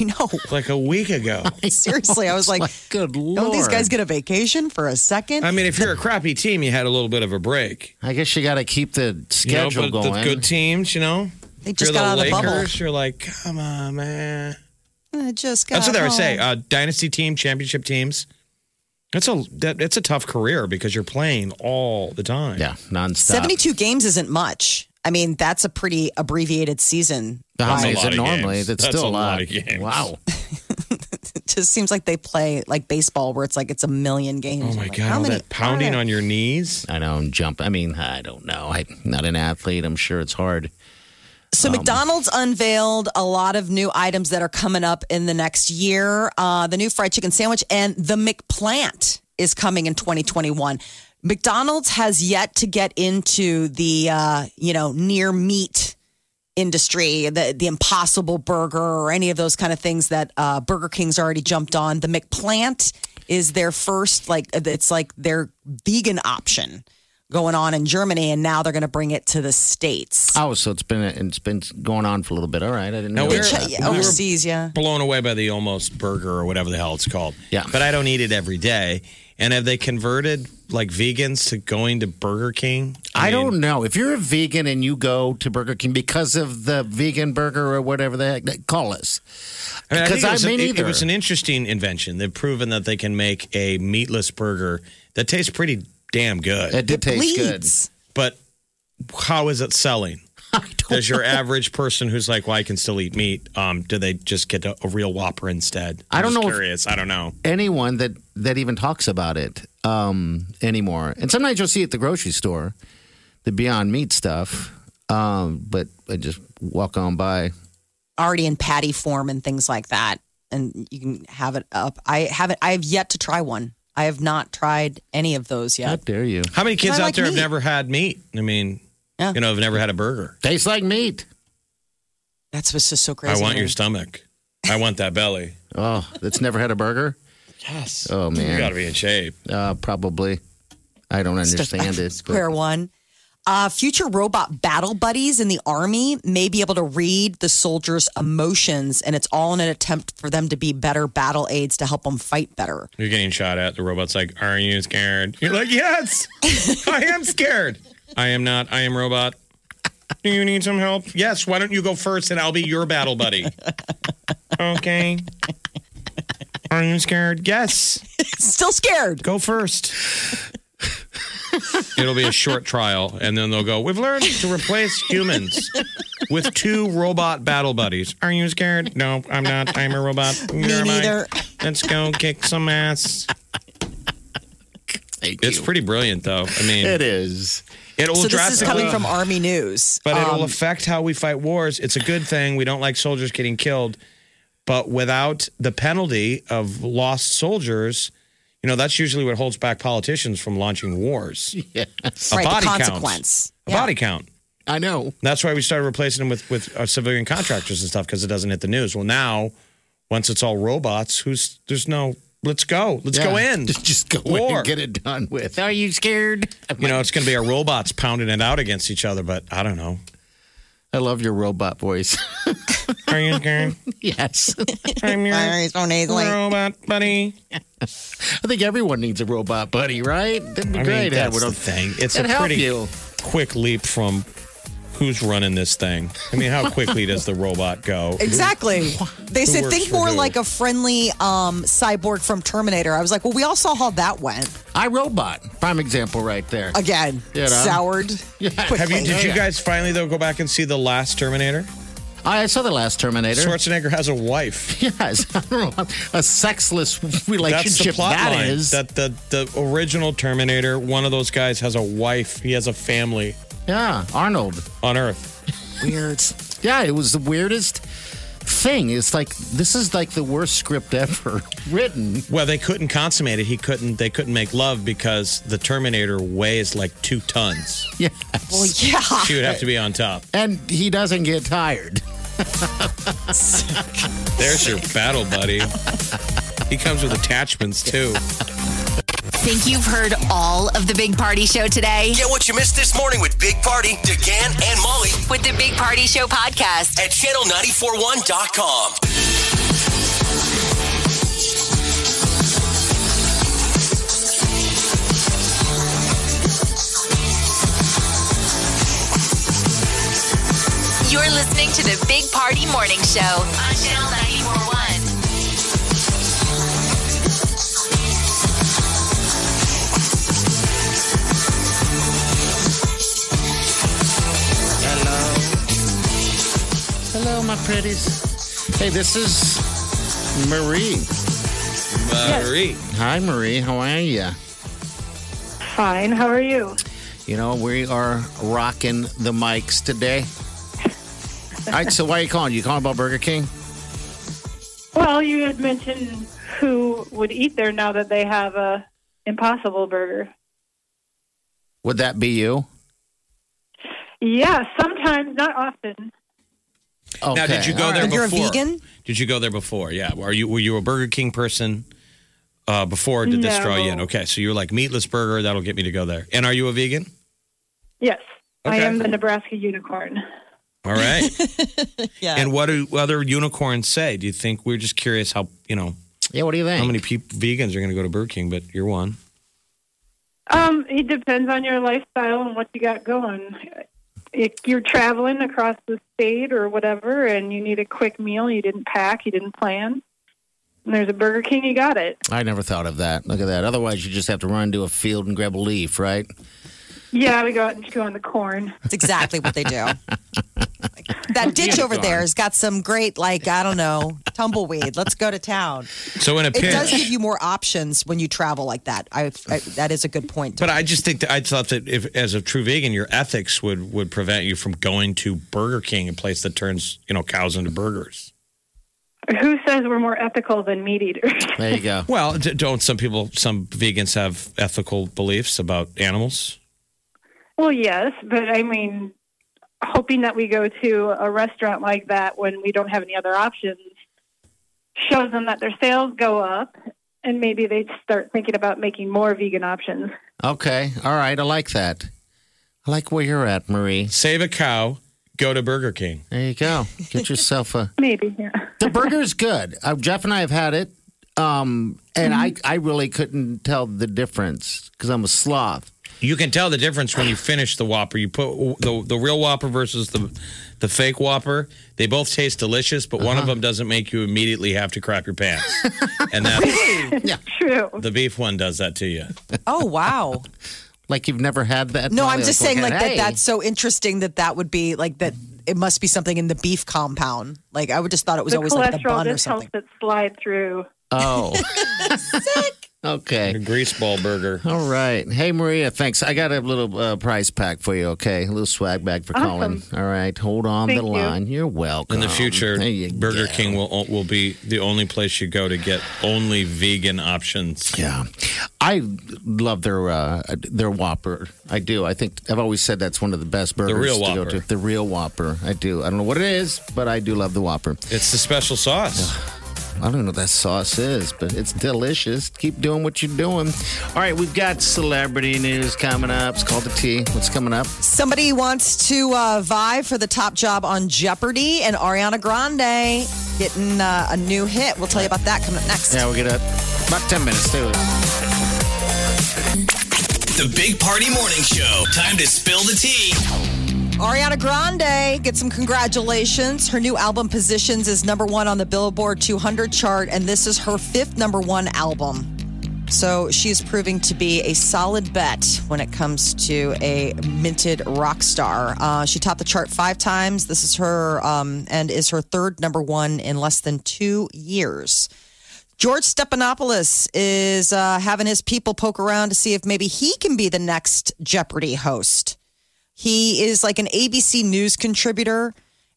Speaker 8: I know.
Speaker 4: like a week ago.
Speaker 8: Seriously, I was like,
Speaker 7: good lord.
Speaker 8: Don't these guys get a vacation for a second?
Speaker 4: I mean, if you're a crappy team, you had a little bit of a break.
Speaker 7: I guess you got to keep the
Speaker 4: You know,
Speaker 7: schedule
Speaker 4: but
Speaker 7: going.
Speaker 4: The good teams, you know,
Speaker 8: They
Speaker 4: If
Speaker 8: just
Speaker 4: you're
Speaker 8: got out
Speaker 4: the
Speaker 8: of the bubble.
Speaker 4: Lakers, You're like, come on, man.
Speaker 8: I just got
Speaker 4: That's what they would
Speaker 8: home.
Speaker 4: say. Uh, dynasty team, championship teams. That's a that, that's a tough career because you're playing all the time.
Speaker 7: Yeah, nonstop.
Speaker 8: 72 games isn't much. I mean, that's a pretty abbreviated season.
Speaker 7: How
Speaker 8: Why-
Speaker 7: many is
Speaker 4: lot
Speaker 7: it
Speaker 4: of
Speaker 7: normally?
Speaker 4: games.
Speaker 7: That's,
Speaker 4: That's
Speaker 7: still
Speaker 4: a
Speaker 7: a
Speaker 4: lot
Speaker 7: lot.
Speaker 4: of games.
Speaker 7: Wow.
Speaker 8: It just seems like they play like baseball where it's like it's a million games.
Speaker 4: Oh my
Speaker 8: I'm like,
Speaker 4: god,
Speaker 8: how
Speaker 4: all
Speaker 8: many
Speaker 4: that pounding
Speaker 8: are-
Speaker 4: on your knees.
Speaker 7: I know. I'm jump. I mean, I don't know. I'm not an athlete. I'm sure it's hard.
Speaker 8: So McDonald's unveiled a lot of new items that are coming up in the next year. Uh, the new fried chicken sandwich and the McPlant is coming in 2021. McDonald's has yet to get into the uh, you know near meat industry, the the Impossible Burger or any of those kind of things that uh, Burger King's already jumped on. The McPlant is their first like uh, it's like their vegan option going on in Germany, and now they're going to bring it to the states.
Speaker 7: Oh, so it's been it's been going on for a little bit. All right, I didn't
Speaker 4: Now
Speaker 7: know.
Speaker 4: we're-
Speaker 7: that.
Speaker 8: Yeah, overseas, yeah.
Speaker 4: Blown away by the almost burger or whatever the hell it's called.
Speaker 7: Yeah.
Speaker 4: But I don't eat it every day. And have they converted like vegans to going to Burger King?
Speaker 7: I don't know. If you're a vegan and you go to Burger King because of the vegan burger or whatever the heck, they call us.
Speaker 4: I mean, I
Speaker 7: Because
Speaker 4: think it
Speaker 7: I,
Speaker 4: was
Speaker 7: mean,
Speaker 4: an- it-
Speaker 7: either.
Speaker 4: It was an interesting invention. They've proven that they can make a meatless burger that tastes pretty damn good.
Speaker 7: it did taste good.
Speaker 8: bleeds.
Speaker 4: But how is it selling? Does your average person who's like, "Well, I can still eat meat," um, do they just get a, a real Whopper instead?
Speaker 7: I
Speaker 4: I'm
Speaker 7: don't
Speaker 4: just
Speaker 7: know if-
Speaker 4: Curious. I don't know.
Speaker 7: Anyone that that even talks about it um, anymore, and sometimes you'll see it at the grocery store, the Beyond Meat stuff. Um, but I just walk on by.
Speaker 8: already in patty form and things like that. And you can have it up. I haven't. I have yet to try one. I have not tried any of those
Speaker 7: How
Speaker 8: yet.
Speaker 7: dare you?
Speaker 4: How many kids
Speaker 8: I
Speaker 4: out
Speaker 8: like
Speaker 4: there have
Speaker 8: meat.
Speaker 4: never had meat? I mean,
Speaker 8: Yeah.
Speaker 4: you know, have never had a burger.
Speaker 7: Tastes like meat.
Speaker 8: That's what's just so crazy.
Speaker 4: I want
Speaker 8: to
Speaker 4: your
Speaker 8: me.
Speaker 4: stomach. I want that belly.
Speaker 7: Oh, that's never had a burger.
Speaker 4: Yes.
Speaker 7: Oh
Speaker 4: You got
Speaker 7: man,
Speaker 4: to be in shape.
Speaker 7: uh, probably. I don't understand it. but-
Speaker 8: Square one. Uh, future robot battle buddies in the army may be able to read the soldiers' emotions, and it's all in an attempt for them to be better battle aids to help them fight better.
Speaker 4: You're getting shot at. The robot's like, Are you scared? You're like, Yes, I am scared. I am not. I am robot. Do you need some help? Yes. Why don't you go first and I'll be your battle buddy? Okay. Are you scared? Yes.
Speaker 8: Still scared.
Speaker 4: Go first. It'll be a short trial. And then they'll go, We've learned to replace humans with two robot battle buddies. Are you scared? No, I'm not. I'm a robot. Me
Speaker 8: neither.
Speaker 4: Let's go kick some ass.
Speaker 7: Thank
Speaker 4: It's
Speaker 7: you.
Speaker 4: pretty brilliant, though. I mean,
Speaker 7: It is.
Speaker 4: It'll
Speaker 8: so this is
Speaker 4: drastically-
Speaker 8: coming from Army News.
Speaker 4: uh, But it'll
Speaker 8: Um,
Speaker 4: affect how we fight wars. It's a good thing. We don't like soldiers getting killed. But without the penalty of lost soldiers, you know, that's usually what holds back politicians from launching wars.
Speaker 7: Yeah.
Speaker 4: A
Speaker 7: Right, the
Speaker 4: body
Speaker 7: consequence.
Speaker 4: count. A
Speaker 7: Yeah.
Speaker 4: body count.
Speaker 7: I know.
Speaker 4: That's why we started replacing them with, with our civilian contractors and stuff because it doesn't hit the news. Well, now, once it's all robots, who's there's no, let's go. Let's
Speaker 7: Yeah.
Speaker 4: go in.
Speaker 7: Just go in and get it done with. Are you scared?
Speaker 4: You know, it's going to be our robots pounding it out against each other, but I don't know.
Speaker 7: I love your robot voice.
Speaker 4: Are you scared?
Speaker 7: yes.
Speaker 4: I'm your robot buddy.
Speaker 7: I think everyone needs a robot buddy, right? That'd be
Speaker 4: I
Speaker 7: great.
Speaker 4: mean,
Speaker 7: to have
Speaker 4: that's
Speaker 7: one of-
Speaker 4: the thing. It's
Speaker 7: That'd
Speaker 4: a
Speaker 7: help
Speaker 4: pretty
Speaker 7: you.
Speaker 4: quick leap from who's running this thing. I mean, how quickly does the robot go?
Speaker 8: Exactly. They
Speaker 4: Who
Speaker 8: said
Speaker 4: works
Speaker 8: think
Speaker 4: for
Speaker 8: more
Speaker 4: who?"
Speaker 8: like a friendly um, cyborg from Terminator. I was like, well, we all saw how that went.
Speaker 7: I robot, prime example right there.
Speaker 8: Again,
Speaker 7: You know?
Speaker 8: soured.
Speaker 4: Have you?
Speaker 8: quickly.
Speaker 4: Did you guys finally though go back and see the last Terminator?
Speaker 7: I saw the last Terminator.
Speaker 4: Schwarzenegger has a wife.
Speaker 7: Yes, I don't know. A sexless
Speaker 4: That's the
Speaker 7: relationship
Speaker 4: plot
Speaker 7: that
Speaker 4: line.
Speaker 7: is.
Speaker 4: That the the original Terminator, one of those guys has a wife. He has a family
Speaker 7: yeah, Arnold.
Speaker 4: on Earth.
Speaker 7: Weird. Yeah, it was the weirdest thing. It's like this is like the worst script ever written.
Speaker 4: Well, they couldn't consummate it. He couldn't. They couldn't make love because the Terminator weighs like two tons.
Speaker 7: Yeah.
Speaker 8: Well, yeah.
Speaker 4: She would have to be on top.
Speaker 7: And he doesn't get tired.
Speaker 4: There's your battle buddy. He comes with attachments too.
Speaker 2: Think you've heard all of the Big Party Show today?
Speaker 12: Get what you missed this morning with Big Party, DeGan, and Molly
Speaker 2: With the Big Party Show podcast.
Speaker 12: at channel941.com.
Speaker 2: You're listening to the Big Party Morning Show on Channel 941.
Speaker 7: Hello, my pretties. Hey, this is Marie.
Speaker 4: Marie.
Speaker 7: Hi, Marie. How are you?
Speaker 13: Fine. How are you?
Speaker 7: You know, we are rocking the mics today. All right, so why are you calling? You calling about Burger King?
Speaker 13: Well, you had mentioned who would eat there now that they have a Impossible Burger.
Speaker 7: Would that be you?
Speaker 13: Yeah, sometimes, not often.
Speaker 4: Now, did
Speaker 7: Okay,
Speaker 4: you go
Speaker 7: all
Speaker 4: there
Speaker 7: right.
Speaker 4: before? Did you go there before? Yeah. Are you were you a Burger King person uh, before? or Did this draw you in?
Speaker 13: No.
Speaker 4: Okay, so you were like meatless burger. That'll get me to go there. And are you a vegan?
Speaker 13: Yes, I
Speaker 4: Okay.
Speaker 13: am the Nebraska unicorn.
Speaker 4: All right.
Speaker 13: Yeah.
Speaker 4: And what do other unicorns say? Do you think we're just curious how you know?
Speaker 7: Yeah. What do you think?
Speaker 4: How many people vegans are going to go to Burger King? But you're one.
Speaker 13: Um, it depends on your lifestyle and what you got going. If you're traveling across the state or whatever, and you need a quick meal, you didn't pack, you didn't plan, and there's a Burger King, you got it.
Speaker 7: I never thought of that. Look at that. Otherwise, you just have to run to a field and grab a leaf, right?
Speaker 13: Yeah, we go out and chew on the corn.
Speaker 8: That's exactly what they do. that ditch over there has got some great, like, I don't know, tumbleweed. Let's go to town.
Speaker 4: So in a
Speaker 8: It does
Speaker 4: pinch-
Speaker 8: give you more options when you travel like that. I, I that is a good point.
Speaker 4: But I just think that I thought that if, as a true vegan, your ethics would would prevent you from going to Burger King, a place that turns you know cows into burgers.
Speaker 13: Who says we're more ethical than meat eaters?
Speaker 7: There you go.
Speaker 4: Well, d- don't some people, some vegans have ethical beliefs about animals?
Speaker 13: Well, yes, but I mean, hoping that we go to a restaurant like that when we don't have any other options shows them that their sales go up, and maybe they start thinking about making more vegan options.
Speaker 7: Okay. All right. I like that. I like where you're at, Marie.
Speaker 4: Save a cow, go to Burger King.
Speaker 7: There you go. Get yourself a.
Speaker 13: Maybe, yeah.
Speaker 7: The burger's good. Uh, Jeff and I have had it, um, and
Speaker 8: Mm-hmm.
Speaker 7: I I really couldn't tell the difference because I'm a sloth.
Speaker 4: You can tell the difference when you finish the Whopper. You put the the real Whopper versus the the fake Whopper. They both taste delicious, but one of them doesn't make you immediately have to crap your pants. and that's
Speaker 13: true.
Speaker 4: The beef one does that to you.
Speaker 8: Oh wow!
Speaker 7: Like you've never had that.
Speaker 8: No,
Speaker 7: Molly?
Speaker 8: I'm just saying like
Speaker 7: hey.
Speaker 8: that. That's so interesting that that would be like that. It must be something in the beef compound. Like I would just thought it was
Speaker 13: the
Speaker 8: always
Speaker 13: cholesterol
Speaker 8: like the bun or
Speaker 13: just
Speaker 8: something.
Speaker 13: helps it slide through.
Speaker 7: Oh. Okay.
Speaker 4: A greaseball burger.
Speaker 7: All right. Hey, Maria, thanks. I got a little uh, prize pack for you, okay? A little swag bag for Colin. All right. Hold on
Speaker 4: Thank
Speaker 7: the
Speaker 4: you.
Speaker 7: line. You. are welcome.
Speaker 4: In the future,
Speaker 7: Um, There you
Speaker 4: Burger
Speaker 7: go.
Speaker 4: King will will be the only place you go to get only vegan options.
Speaker 7: Yeah. I love their uh, their Whopper. I do. I think I've always said that's one of the best burgers
Speaker 4: real
Speaker 7: to go
Speaker 4: Whopper.
Speaker 7: to. The real Whopper. I do. I don't know what it is, but I do love the Whopper.
Speaker 4: It's the special sauce.
Speaker 7: I don't know what that sauce is, but it's delicious. Keep doing what you're doing. All right, we've got celebrity news coming up. It's called the T. What's coming up?
Speaker 8: Somebody wants to uh, vie for the top job on Jeopardy, and Ariana Grande getting uh, a new hit. We'll tell you about that coming up next.
Speaker 7: Yeah, we'll get up about 10 minutes. Do it.
Speaker 12: The Big Party Morning Show. Time to spill the tea.
Speaker 8: Ariana Grande gets some congratulations. Her new album, Positions, is number one on the Billboard 200 chart, and this is her fifth number one album. So she is proving to be a solid bet when it comes to a minted rock star. Uh, she topped the chart five times. This is her um, and is her third number one in less than two years. George Stephanopoulos is uh, having his people poke around to see if maybe he can be the next Jeopardy host. He is like an ABC News contributor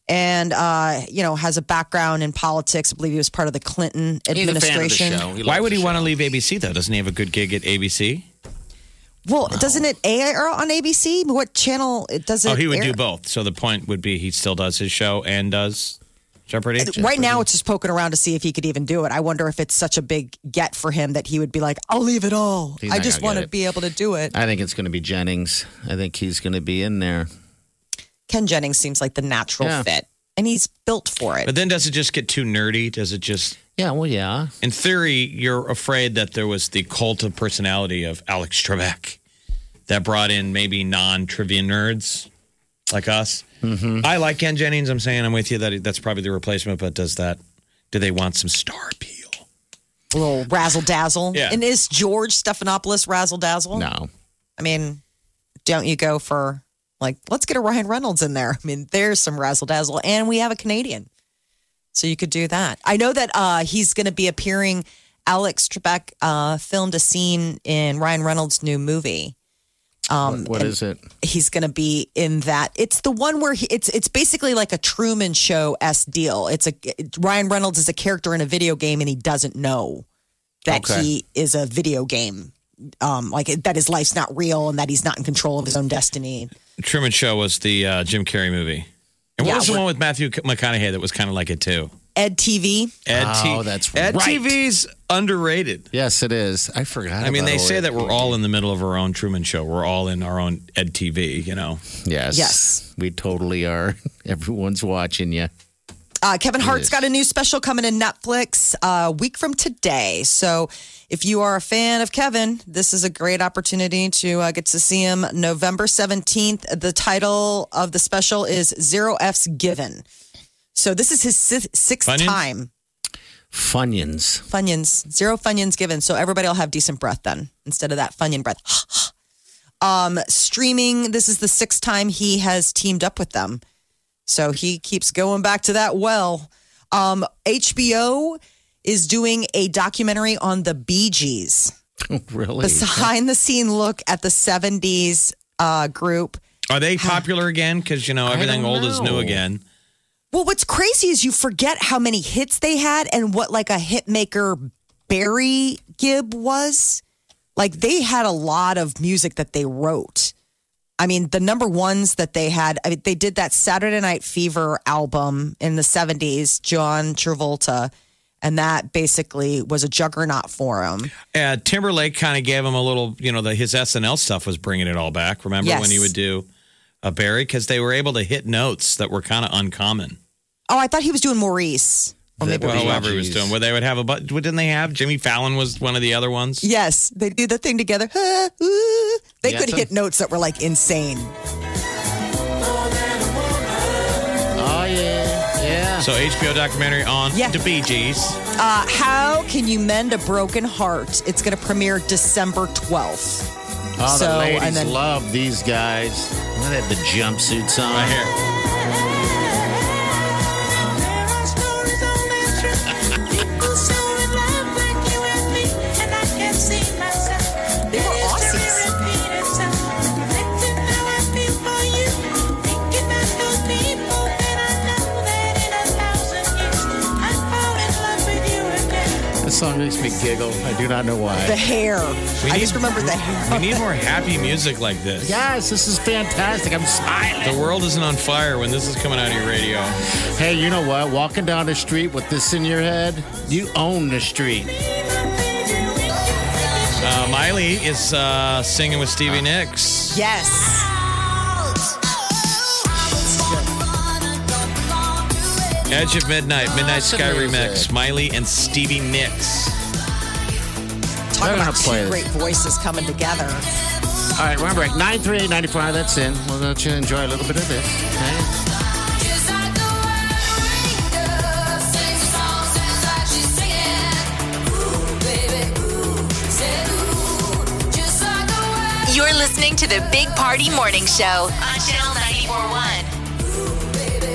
Speaker 8: and, uh, you know, has a background in politics. I believe he was part of the Clinton administration.
Speaker 4: Why would he want to leave ABC though? Doesn't he have a good gig at ABC?
Speaker 8: Well, doesn't it air on ABC? What channel it does it
Speaker 4: oh, he would
Speaker 8: air?
Speaker 4: do both. So the point would be he still does his show and does Jeopardy.
Speaker 8: Right now, it's just poking around to see if he could even do it. I wonder if it's such a big get for him that he would be like, "I'll leave it all.
Speaker 7: He's
Speaker 8: I
Speaker 7: not
Speaker 8: just
Speaker 7: gonna
Speaker 8: want
Speaker 7: get
Speaker 8: to
Speaker 7: it."
Speaker 8: be able to do it."
Speaker 7: I think it's going to be Jennings. I think he's going to be in there.
Speaker 8: Ken Jennings seems like the natural
Speaker 4: Yeah.
Speaker 8: fit, and he's built for it.
Speaker 4: But then does it just get too nerdy? Does it just
Speaker 7: Yeah, well, yeah.
Speaker 4: in theory, you're afraid that there was the cult of personality of Alex Trebek that brought in maybe non trivia nerds like us.
Speaker 7: Mm-hmm.
Speaker 4: I like Ken Jennings. I'm saying I'm with you that that's probably the replacement, but does that, do they want some star appeal?
Speaker 8: A little razzle dazzle.
Speaker 4: Yeah.
Speaker 8: And is George Stephanopoulos razzle dazzle?
Speaker 7: No.
Speaker 8: I mean, don't you go for like, let's get a Ryan Reynolds in there. I mean, there's some razzle dazzle, and we have a Canadian. So you could do that. I know that uh, he's going to be appearing. Alex Trebek uh, filmed a scene in Ryan Reynolds' new movie. Um,
Speaker 7: What is it?
Speaker 8: He's going to be in that. It's the one where he, it's it's basically like a Truman Show s deal. It's a it- Ryan Reynolds is a character in a video game, and he doesn't know that
Speaker 7: Okay.
Speaker 8: he is a video game. Um, like that his life's not real, and that he's not in control of his own destiny.
Speaker 4: Truman Show was the uh, Jim Carrey movie. And what
Speaker 8: Yeah,
Speaker 4: was the
Speaker 8: we're-
Speaker 4: one with Matthew McConaughey that was kind of like it too?
Speaker 8: Ed TV.
Speaker 4: Ed T-
Speaker 7: Oh, that's
Speaker 4: Ed
Speaker 7: right.
Speaker 4: TV's underrated.
Speaker 7: Yes, it is. I forgot.
Speaker 4: I mean,
Speaker 7: about
Speaker 4: they
Speaker 7: all
Speaker 4: say
Speaker 7: it.
Speaker 4: that we're all in the middle of our own Truman Show. We're all in our own Ed TV, you know?
Speaker 7: Yes.
Speaker 8: Yes.
Speaker 7: We totally are. Everyone's watching you.
Speaker 8: Uh, Kevin
Speaker 7: It
Speaker 8: Hart's
Speaker 7: is.
Speaker 8: got a new special coming to Netflix uh, a week from today. So if you are a fan of Kevin, this is a great opportunity to uh, get to see him November 17th. The title of the special is Zero F's Given. So this is his si- sixth
Speaker 7: Funyuns?
Speaker 8: time.
Speaker 7: Funyuns.
Speaker 8: Funyuns, zero Funyuns given. So everybody will have decent breath then instead of that Funyun breath. um, streaming, this is the sixth time he has teamed up with them. So he keeps going back to that well. Um, HBO is doing a documentary on the Bee Gees,
Speaker 7: really?
Speaker 8: behind the scene look at the 70s uh, group.
Speaker 4: Are they popular again? Because, you know, everything
Speaker 8: don't
Speaker 4: old is
Speaker 8: know.
Speaker 4: new again.
Speaker 8: Well, what's crazy is you forget how many hits they had and what like a hit maker Barry Gibb was. Like they had a lot of music that they wrote. I mean, the number ones that they had, I mean, they did that Saturday Night Fever album in the 70s, John Travolta, and that basically was a juggernaut for him.
Speaker 4: Uh, Timberlake kind of gave him a little, you know, the, his SNL stuff was bringing it all back. Remember
Speaker 8: Yes.
Speaker 4: when he would do a Barry? Because they were able to hit notes that were kind of uncommon.
Speaker 8: Oh, I thought he was doing Maurice. Or Oh, maybe
Speaker 4: Well,
Speaker 8: it was-
Speaker 4: whoever he was doing, where they would have a but didn't they have Jimmy Fallon was one of the other ones?
Speaker 8: Yes, they do the thing together. Ah, ooh. They
Speaker 4: Yeah.
Speaker 8: could hit notes that were like insane.
Speaker 7: Oh, yeah. Yeah.
Speaker 4: So HBO documentary on the Bee Gees.
Speaker 8: Uh, how can you mend a broken heart? It's going to premiere December 12th.
Speaker 7: Oh, the ladies
Speaker 8: and then
Speaker 7: love these guys. They had the jumpsuits on.
Speaker 4: Right here.
Speaker 9: People so in love like you and me, and I can't see
Speaker 7: makes me giggle. I do not know why.
Speaker 8: The hair.
Speaker 4: We
Speaker 8: I
Speaker 4: need-
Speaker 8: just remember the hair.
Speaker 4: We need more happy music like this.
Speaker 7: Yes, this is fantastic. I'm smiling.
Speaker 4: The world isn't on fire when this is coming out of your radio.
Speaker 7: Hey, you know what? Walking down the street with this in your head, you own the street.
Speaker 4: Uh, Miley is uh, singing with Stevie Nicks.
Speaker 8: Yes.
Speaker 4: Edge of Midnight, Midnight
Speaker 7: That's
Speaker 4: Sky
Speaker 7: amazing.
Speaker 4: Remix, Miley and Stevie Nicks.
Speaker 8: Talk
Speaker 7: gonna
Speaker 8: about two
Speaker 7: play this.
Speaker 8: great voices coming together.
Speaker 7: All right, we're on break. 938-95, that's in. We'll let you enjoy a little bit of this. okay?
Speaker 2: You're listening to the Big Party Morning Show on Channel 941.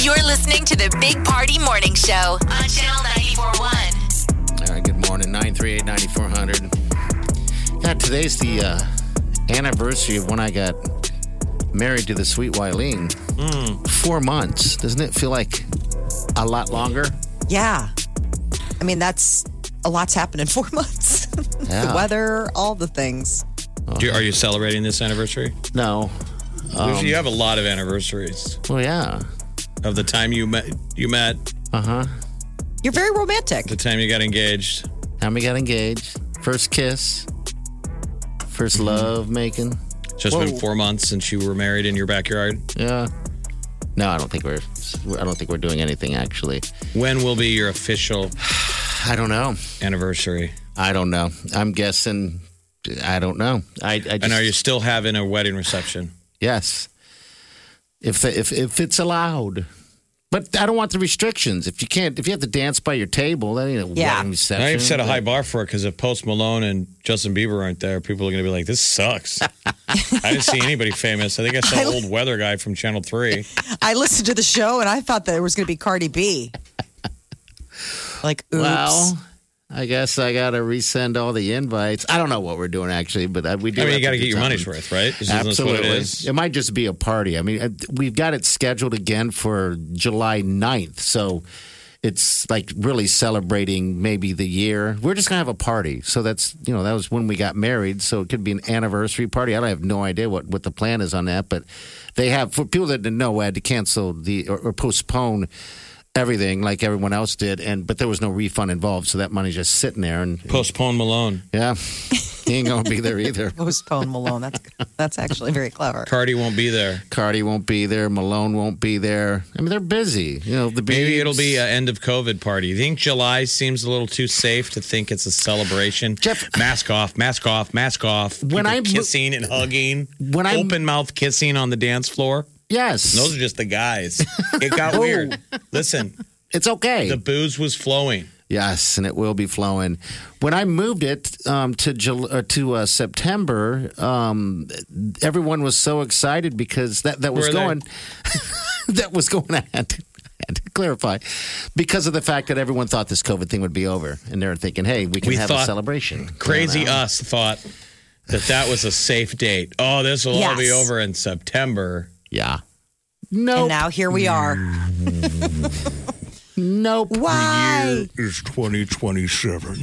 Speaker 2: You're listening to the Big Party Morning Show on Channel 941.
Speaker 7: All right, good morning. 938-9400. Yeah, today's the uh, anniversary of when I got married to the sweet Wileen. Four months. Doesn't it feel like a lot longer?
Speaker 8: Yeah. I mean, that's a lot's happened in four months.
Speaker 7: Yeah.
Speaker 8: the weather, all the things.
Speaker 4: Do, are you celebrating this anniversary?
Speaker 7: No. Um,
Speaker 4: you have a lot of anniversaries
Speaker 7: well, yeah.
Speaker 4: of the time you met, you met,
Speaker 7: Uh-huh.
Speaker 8: You're very romantic.
Speaker 4: the time you got engaged.
Speaker 7: Time we got engaged. First kiss. 1st love making.
Speaker 4: It's just been
Speaker 7: Whoa.
Speaker 4: four months since you were married in your backyard.
Speaker 7: Yeah. No, I don't think we're. I don't think we're doing anything actually.
Speaker 4: When will be your official
Speaker 7: I don't know.
Speaker 4: anniversary?
Speaker 7: I don't know. I'm guessing. I don't know. I. I just,
Speaker 4: And are you still having a wedding reception?
Speaker 7: Yes. If if if it's allowed, but I don't want the restrictions. If you can't, if you have to dance by your table, that ain't a
Speaker 8: Yeah.
Speaker 7: wedding reception.
Speaker 4: Now you've set a high bar for it because if Post Malone and Justin Bieber aren't there, people are going to be like, "This sucks." I didn't see anybody famous. I think I saw an old weather guy from Channel Three.
Speaker 8: I listened to the show and I thought that it was going to be Cardi B. Like, oops.
Speaker 7: Well, I guess I got to resend all the invites. I don't know what we're doing actually, but uh, we do.
Speaker 4: I mean,
Speaker 7: have
Speaker 4: you got to
Speaker 7: do
Speaker 4: get your
Speaker 7: something.
Speaker 4: money's worth, right? This is what
Speaker 7: Absolutely.
Speaker 4: it is.
Speaker 7: might just be a party. I mean, uh, we've got it scheduled again for July 9th. So it's like really celebrating maybe the year. We're just going to have a party. So that's, you know, that was when we got married. So it could be an anniversary party. I don't have no idea what, what the plan is on that. But they have, for people that didn't know, we had to cancel the or, or postpone everything like everyone else did. And, but there was no refund involved. So that money's just sitting there. And
Speaker 4: Postpone Malone.
Speaker 7: yeah, he ain't going to be there either.
Speaker 8: Postpone Malone. That's that's actually very clever.
Speaker 4: Cardi won't be there.
Speaker 7: Cardi won't be there. Malone won't be there. I mean, they're busy. You know, the
Speaker 4: Maybe
Speaker 7: Biebs.
Speaker 4: it'll be uh, an end of COVID party. You think July seems a little too safe to think it's a celebration?
Speaker 7: Jeff-
Speaker 4: mask off, mask off, mask off.
Speaker 7: When
Speaker 4: People
Speaker 7: I mo-
Speaker 4: kissing and hugging,
Speaker 7: When I-
Speaker 4: open mouth kissing on the dance floor.
Speaker 7: yes.
Speaker 4: Those are just the guys. It
Speaker 7: Oh.
Speaker 4: got weird. Listen,
Speaker 7: it's okay.
Speaker 4: the booze was flowing.
Speaker 7: yes, and it will be flowing. When I moved it um, to Jul- uh, to uh, September, um, everyone was so excited because that that was
Speaker 4: Were they?
Speaker 7: going. that was going on. I had to clarify because of the fact that everyone thought this COVID thing would be over, and they're thinking, "Hey, we can
Speaker 4: We
Speaker 7: have a
Speaker 4: thought-
Speaker 7: celebration."
Speaker 4: Crazy uh,
Speaker 7: You know?
Speaker 4: us thought that that was a safe date. Oh, this will all be
Speaker 8: Yes.
Speaker 4: over in September.
Speaker 7: yeah.
Speaker 8: And uh,
Speaker 7: Nope.
Speaker 8: now here we are.
Speaker 7: nope.
Speaker 8: Why?
Speaker 3: It's 2027.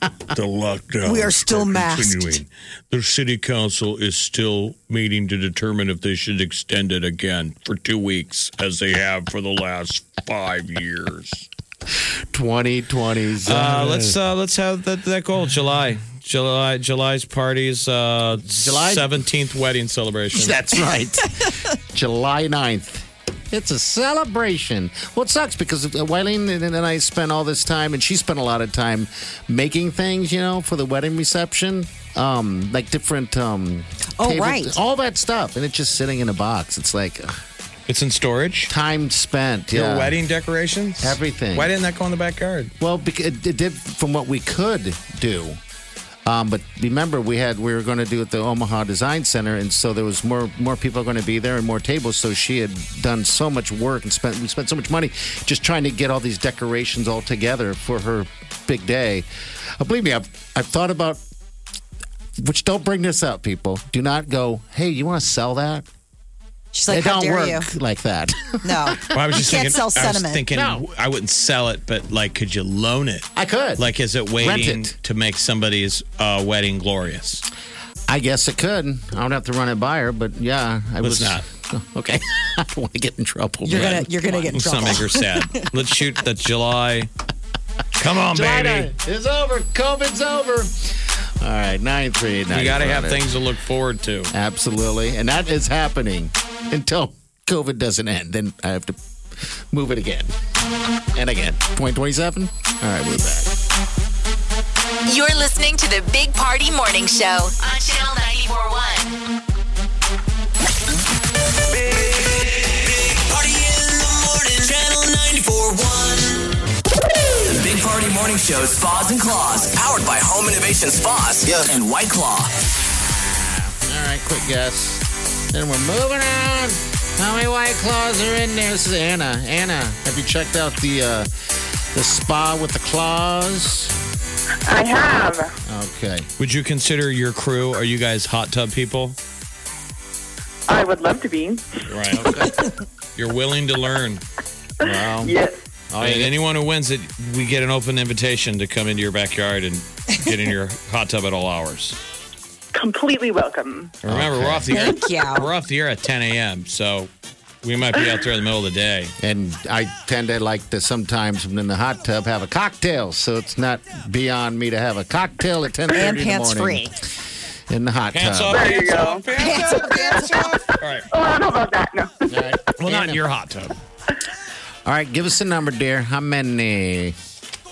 Speaker 3: the lockdown.
Speaker 8: We are still masked.
Speaker 3: The city council is still meeting to determine if they should extend it again for two weeks, as they have for the last five years.
Speaker 7: 2020s.
Speaker 4: Uh, let's uh, let's have that, that goal. July, July, July's parties. Uh,
Speaker 7: July?
Speaker 4: seventeenth wedding celebration.
Speaker 7: That's right. July 9th. It's a celebration. Well, it sucks because uh, Wileen and and I spent all this time, and she spent a lot of time making things, you know, for the wedding reception, um, like different, um,
Speaker 8: Oh,
Speaker 7: table-
Speaker 8: right.
Speaker 7: all that stuff, and it's just sitting in a box. It's like ugh,
Speaker 4: It's in storage.
Speaker 7: time spent.
Speaker 4: Your
Speaker 7: yeah.
Speaker 4: wedding decorations.
Speaker 7: Everything.
Speaker 4: Why didn't that go in the backyard?
Speaker 7: Well, bec- it, it did from what we could do. Um, but remember, we had we were going to do it at the Omaha Design Center, and so there was more more people going to be there and more tables. So she had done so much work and spent we spent so much money just trying to get all these decorations all together for her big day. Uh, believe me, I've I've thought about which don't bring this up, people. Do not go. Hey, you want to sell that?
Speaker 8: She's like,
Speaker 7: it
Speaker 8: "How
Speaker 7: don't
Speaker 8: dare
Speaker 7: work
Speaker 8: you."
Speaker 7: like that.
Speaker 8: No.
Speaker 4: Well, I was
Speaker 8: you
Speaker 4: just
Speaker 8: can't
Speaker 4: thinking,
Speaker 8: sell
Speaker 4: I was
Speaker 8: sentiment.
Speaker 4: thinking I wouldn't sell it, but like, could you loan it?
Speaker 7: I could.
Speaker 4: Like, is it waiting
Speaker 7: Rent
Speaker 4: to make somebody's uh, wedding glorious?
Speaker 7: I guess it could. I would have to run it by her, but yeah, I was
Speaker 4: Let's not.
Speaker 7: Okay, I don't want to get in trouble.
Speaker 8: You're
Speaker 7: man.
Speaker 8: gonna- you're gonna get in
Speaker 4: Let's not make her sad. Let's shoot the July. Come on,
Speaker 7: July
Speaker 4: baby.
Speaker 7: night is over. COVID's over. All right, nine three.
Speaker 4: You got to have things to look forward to.
Speaker 7: Absolutely, and that is happening until COVID doesn't end. Then I have to move it again and again. Point twenty-seven. All right, we're back.
Speaker 2: You're listening to the Big Party Morning Show on Channel 941.
Speaker 12: Party in the morning, channel 94.1. The Big Party Morning Show, Spas and Claws, powered by Home Innovation Spas and White Claw.
Speaker 7: All right, quick guess. Then we're moving on. How many white claws are in there? This is Anna. Anna, have you checked out the uh, the spa with the claws?
Speaker 15: I have.
Speaker 7: Okay.
Speaker 4: Would you consider your crew? Are you guys hot tub people?
Speaker 15: I would love to be.
Speaker 4: Right. Okay. You're willing to learn. Wow.
Speaker 15: Yes.
Speaker 4: and anyone who wins it, we get an open invitation to come into your backyard and get in your hot tub at all hours.
Speaker 15: Completely welcome.
Speaker 4: Remember, we're off the air.
Speaker 15: Thank you.
Speaker 4: We're off the air at 10 a.m. So we might be out there in the middle of the day.
Speaker 7: And I tend to like to sometimes when in the hot tub have a cocktail, so it's not beyond me to have a cocktail at ten
Speaker 8: And
Speaker 7: thirty in the
Speaker 8: pants
Speaker 7: morning. In the hot
Speaker 4: Pants
Speaker 7: tub.
Speaker 4: off, There you pants go.
Speaker 15: Pants off, pants off.
Speaker 4: All right.
Speaker 15: Oh, I don't know about that. No.
Speaker 4: Well, not in your hot tub.
Speaker 7: All right, give us a number, dear. How many?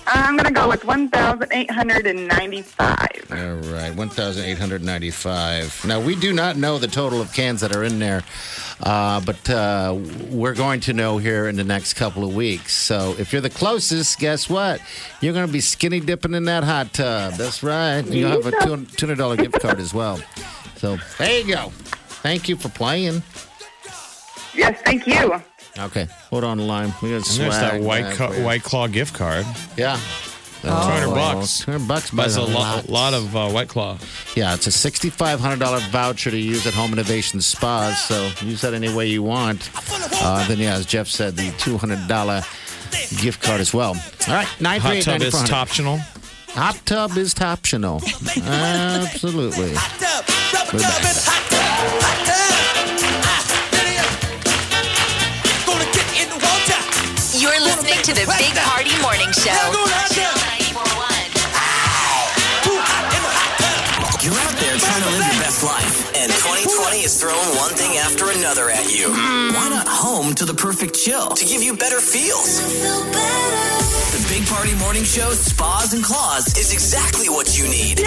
Speaker 15: I'm going to go with 1,895.
Speaker 7: All right, 1,895. Now, we do not know the total of cans that are in there, uh, but uh, we're going to know here in the next couple of weeks. So, if you're the closest, guess what? You're going to be skinny dipping in that hot tub. That's right. And You'll have a $200 $200 gift card as well. So, there you go. Thank you for playing.
Speaker 15: Yes, thank you.
Speaker 7: Okay, hold on the line. We got
Speaker 4: And there's that
Speaker 7: swag
Speaker 4: white
Speaker 7: back
Speaker 4: Ca-
Speaker 7: for you.
Speaker 4: white claw gift card.
Speaker 7: Yeah. Oh,
Speaker 4: Two hundred bucks.
Speaker 7: Two hundred bucks.
Speaker 4: Buys a
Speaker 7: by the
Speaker 4: lot, lot of uh, white claw.
Speaker 7: Yeah, it's a sixty-five hundred dollar voucher to use at Home Innovation Spas. So use that any way you want. Uh, then yeah, as Jeff said, the two hundred dollar gift card as well. All right, nine
Speaker 4: Hot tub is optional.
Speaker 7: Hot tub is optional. Absolutely. We're back.
Speaker 2: You're listening to the Big Party Morning Show on Channel 941.
Speaker 12: You're out there trying to live your best life, and 2020 is throwing one thing after another at you. Why not home to the perfect chill to give you better feels? The Big Party Morning Show Spas and Claws is exactly what you need.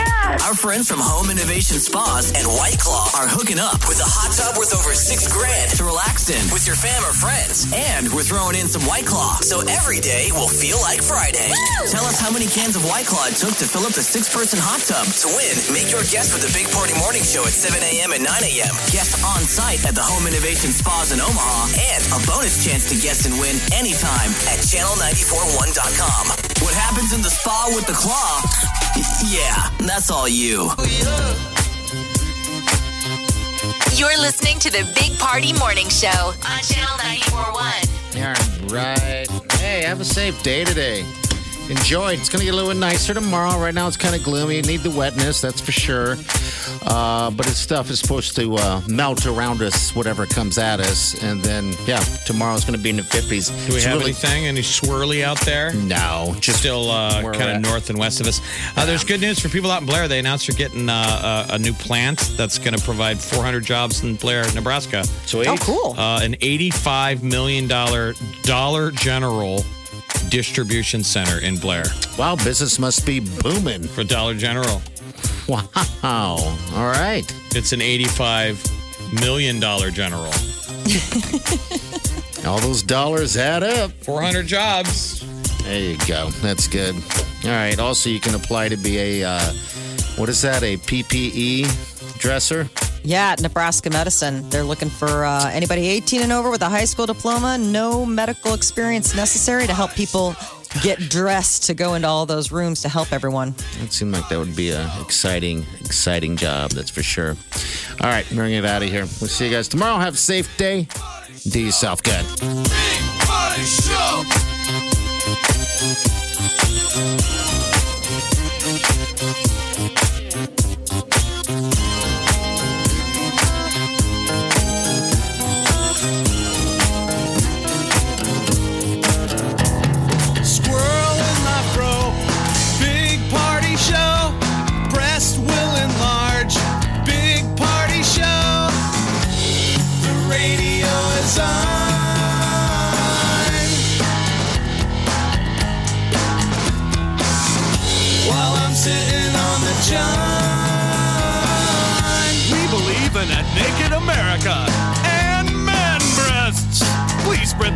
Speaker 12: Our friends from Home Innovation Spas and White Claw are hooking up with a hot tub worth over six grand to relax in with your fam or friends. And we're throwing in some White Claw, so every day will feel like Friday. Tell us how many cans of White Claw it took to fill up the six-person hot tub. To win, make your guess with the Big Party Morning Show at 7 a.m. and 9 a.m. Guest on site at the Home Innovation Spas in Omaha, and a bonus chance to guess and win anytime at channel941.com. What happens in the spa with the claw? Yeah, that's all you.
Speaker 2: You're listening to the Big Party Morning Show on Channel 941.
Speaker 7: All right. Hey, have a safe day today. Enjoy. It's going to get a little bit nicer tomorrow. Right now, it's kind of gloomy. Need the wetness, that's for sure. Uh, but its stuff is supposed to uh, melt around us, whatever comes at us. And then, yeah, tomorrow's going to be in the 50s.
Speaker 4: Do we
Speaker 7: It's
Speaker 4: have
Speaker 7: really-
Speaker 4: anything? Any swirly out there?
Speaker 7: No, just
Speaker 4: still uh,
Speaker 7: where
Speaker 4: kind
Speaker 7: we're
Speaker 4: of
Speaker 7: at.
Speaker 4: north and west of us. Uh, There's good news for people out in Blair. They announced they're getting uh, a, a new plant that's going to provide 400 jobs in Blair, Nebraska.
Speaker 7: Sweet. Oh, cool.
Speaker 4: Uh, an 85 million dollar Dollar General distribution center in Blair
Speaker 7: Wow, business must be booming
Speaker 4: for Dollar General.
Speaker 7: Wow. All right.
Speaker 4: It's an 85 million dollar general.
Speaker 7: All those dollars add up.
Speaker 4: 400 jobs.
Speaker 7: There you go. That's good. All right. Also, you can apply to be a, uh, what is that, a PPE dresser?
Speaker 8: Yeah, Nebraska Medicine. They're looking for uh, anybody 18 and over with a high school diploma, no medical experience necessary to help people get dressed to go into all those rooms to help everyone.
Speaker 7: It seemed like that would be an exciting, exciting job, that's for sure. All right, bring it out of here. We'll see you guys tomorrow. Have a safe day. Do yourself good.
Speaker 16: Squirrel in my fro. Big party show. Breast will enlarge. Big party show. The radio is on. While I'm sitting on the john.
Speaker 17: We believe in a naked America and man breasts. Please spread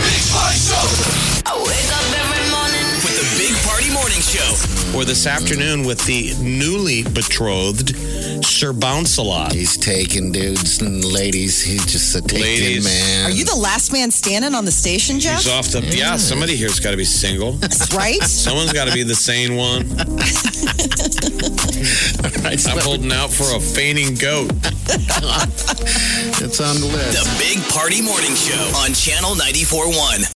Speaker 16: Big party show.
Speaker 2: I wake up every morning.
Speaker 12: With the Big Party Morning Show.
Speaker 4: Or this afternoon with the newly betrothed Sir Bouncelot.
Speaker 7: He's taking dudes and ladies. He's just a taking
Speaker 4: Ladies.
Speaker 7: man.
Speaker 8: Are you the last man standing on the station, Jeff?
Speaker 4: He's off the. Yeah, somebody here's got to be single.
Speaker 8: right?
Speaker 4: Someone's got to be the sane one. I'm holding out for a fainting goat.
Speaker 7: it's on the list.
Speaker 12: The Big Party Morning Show on Channel 941.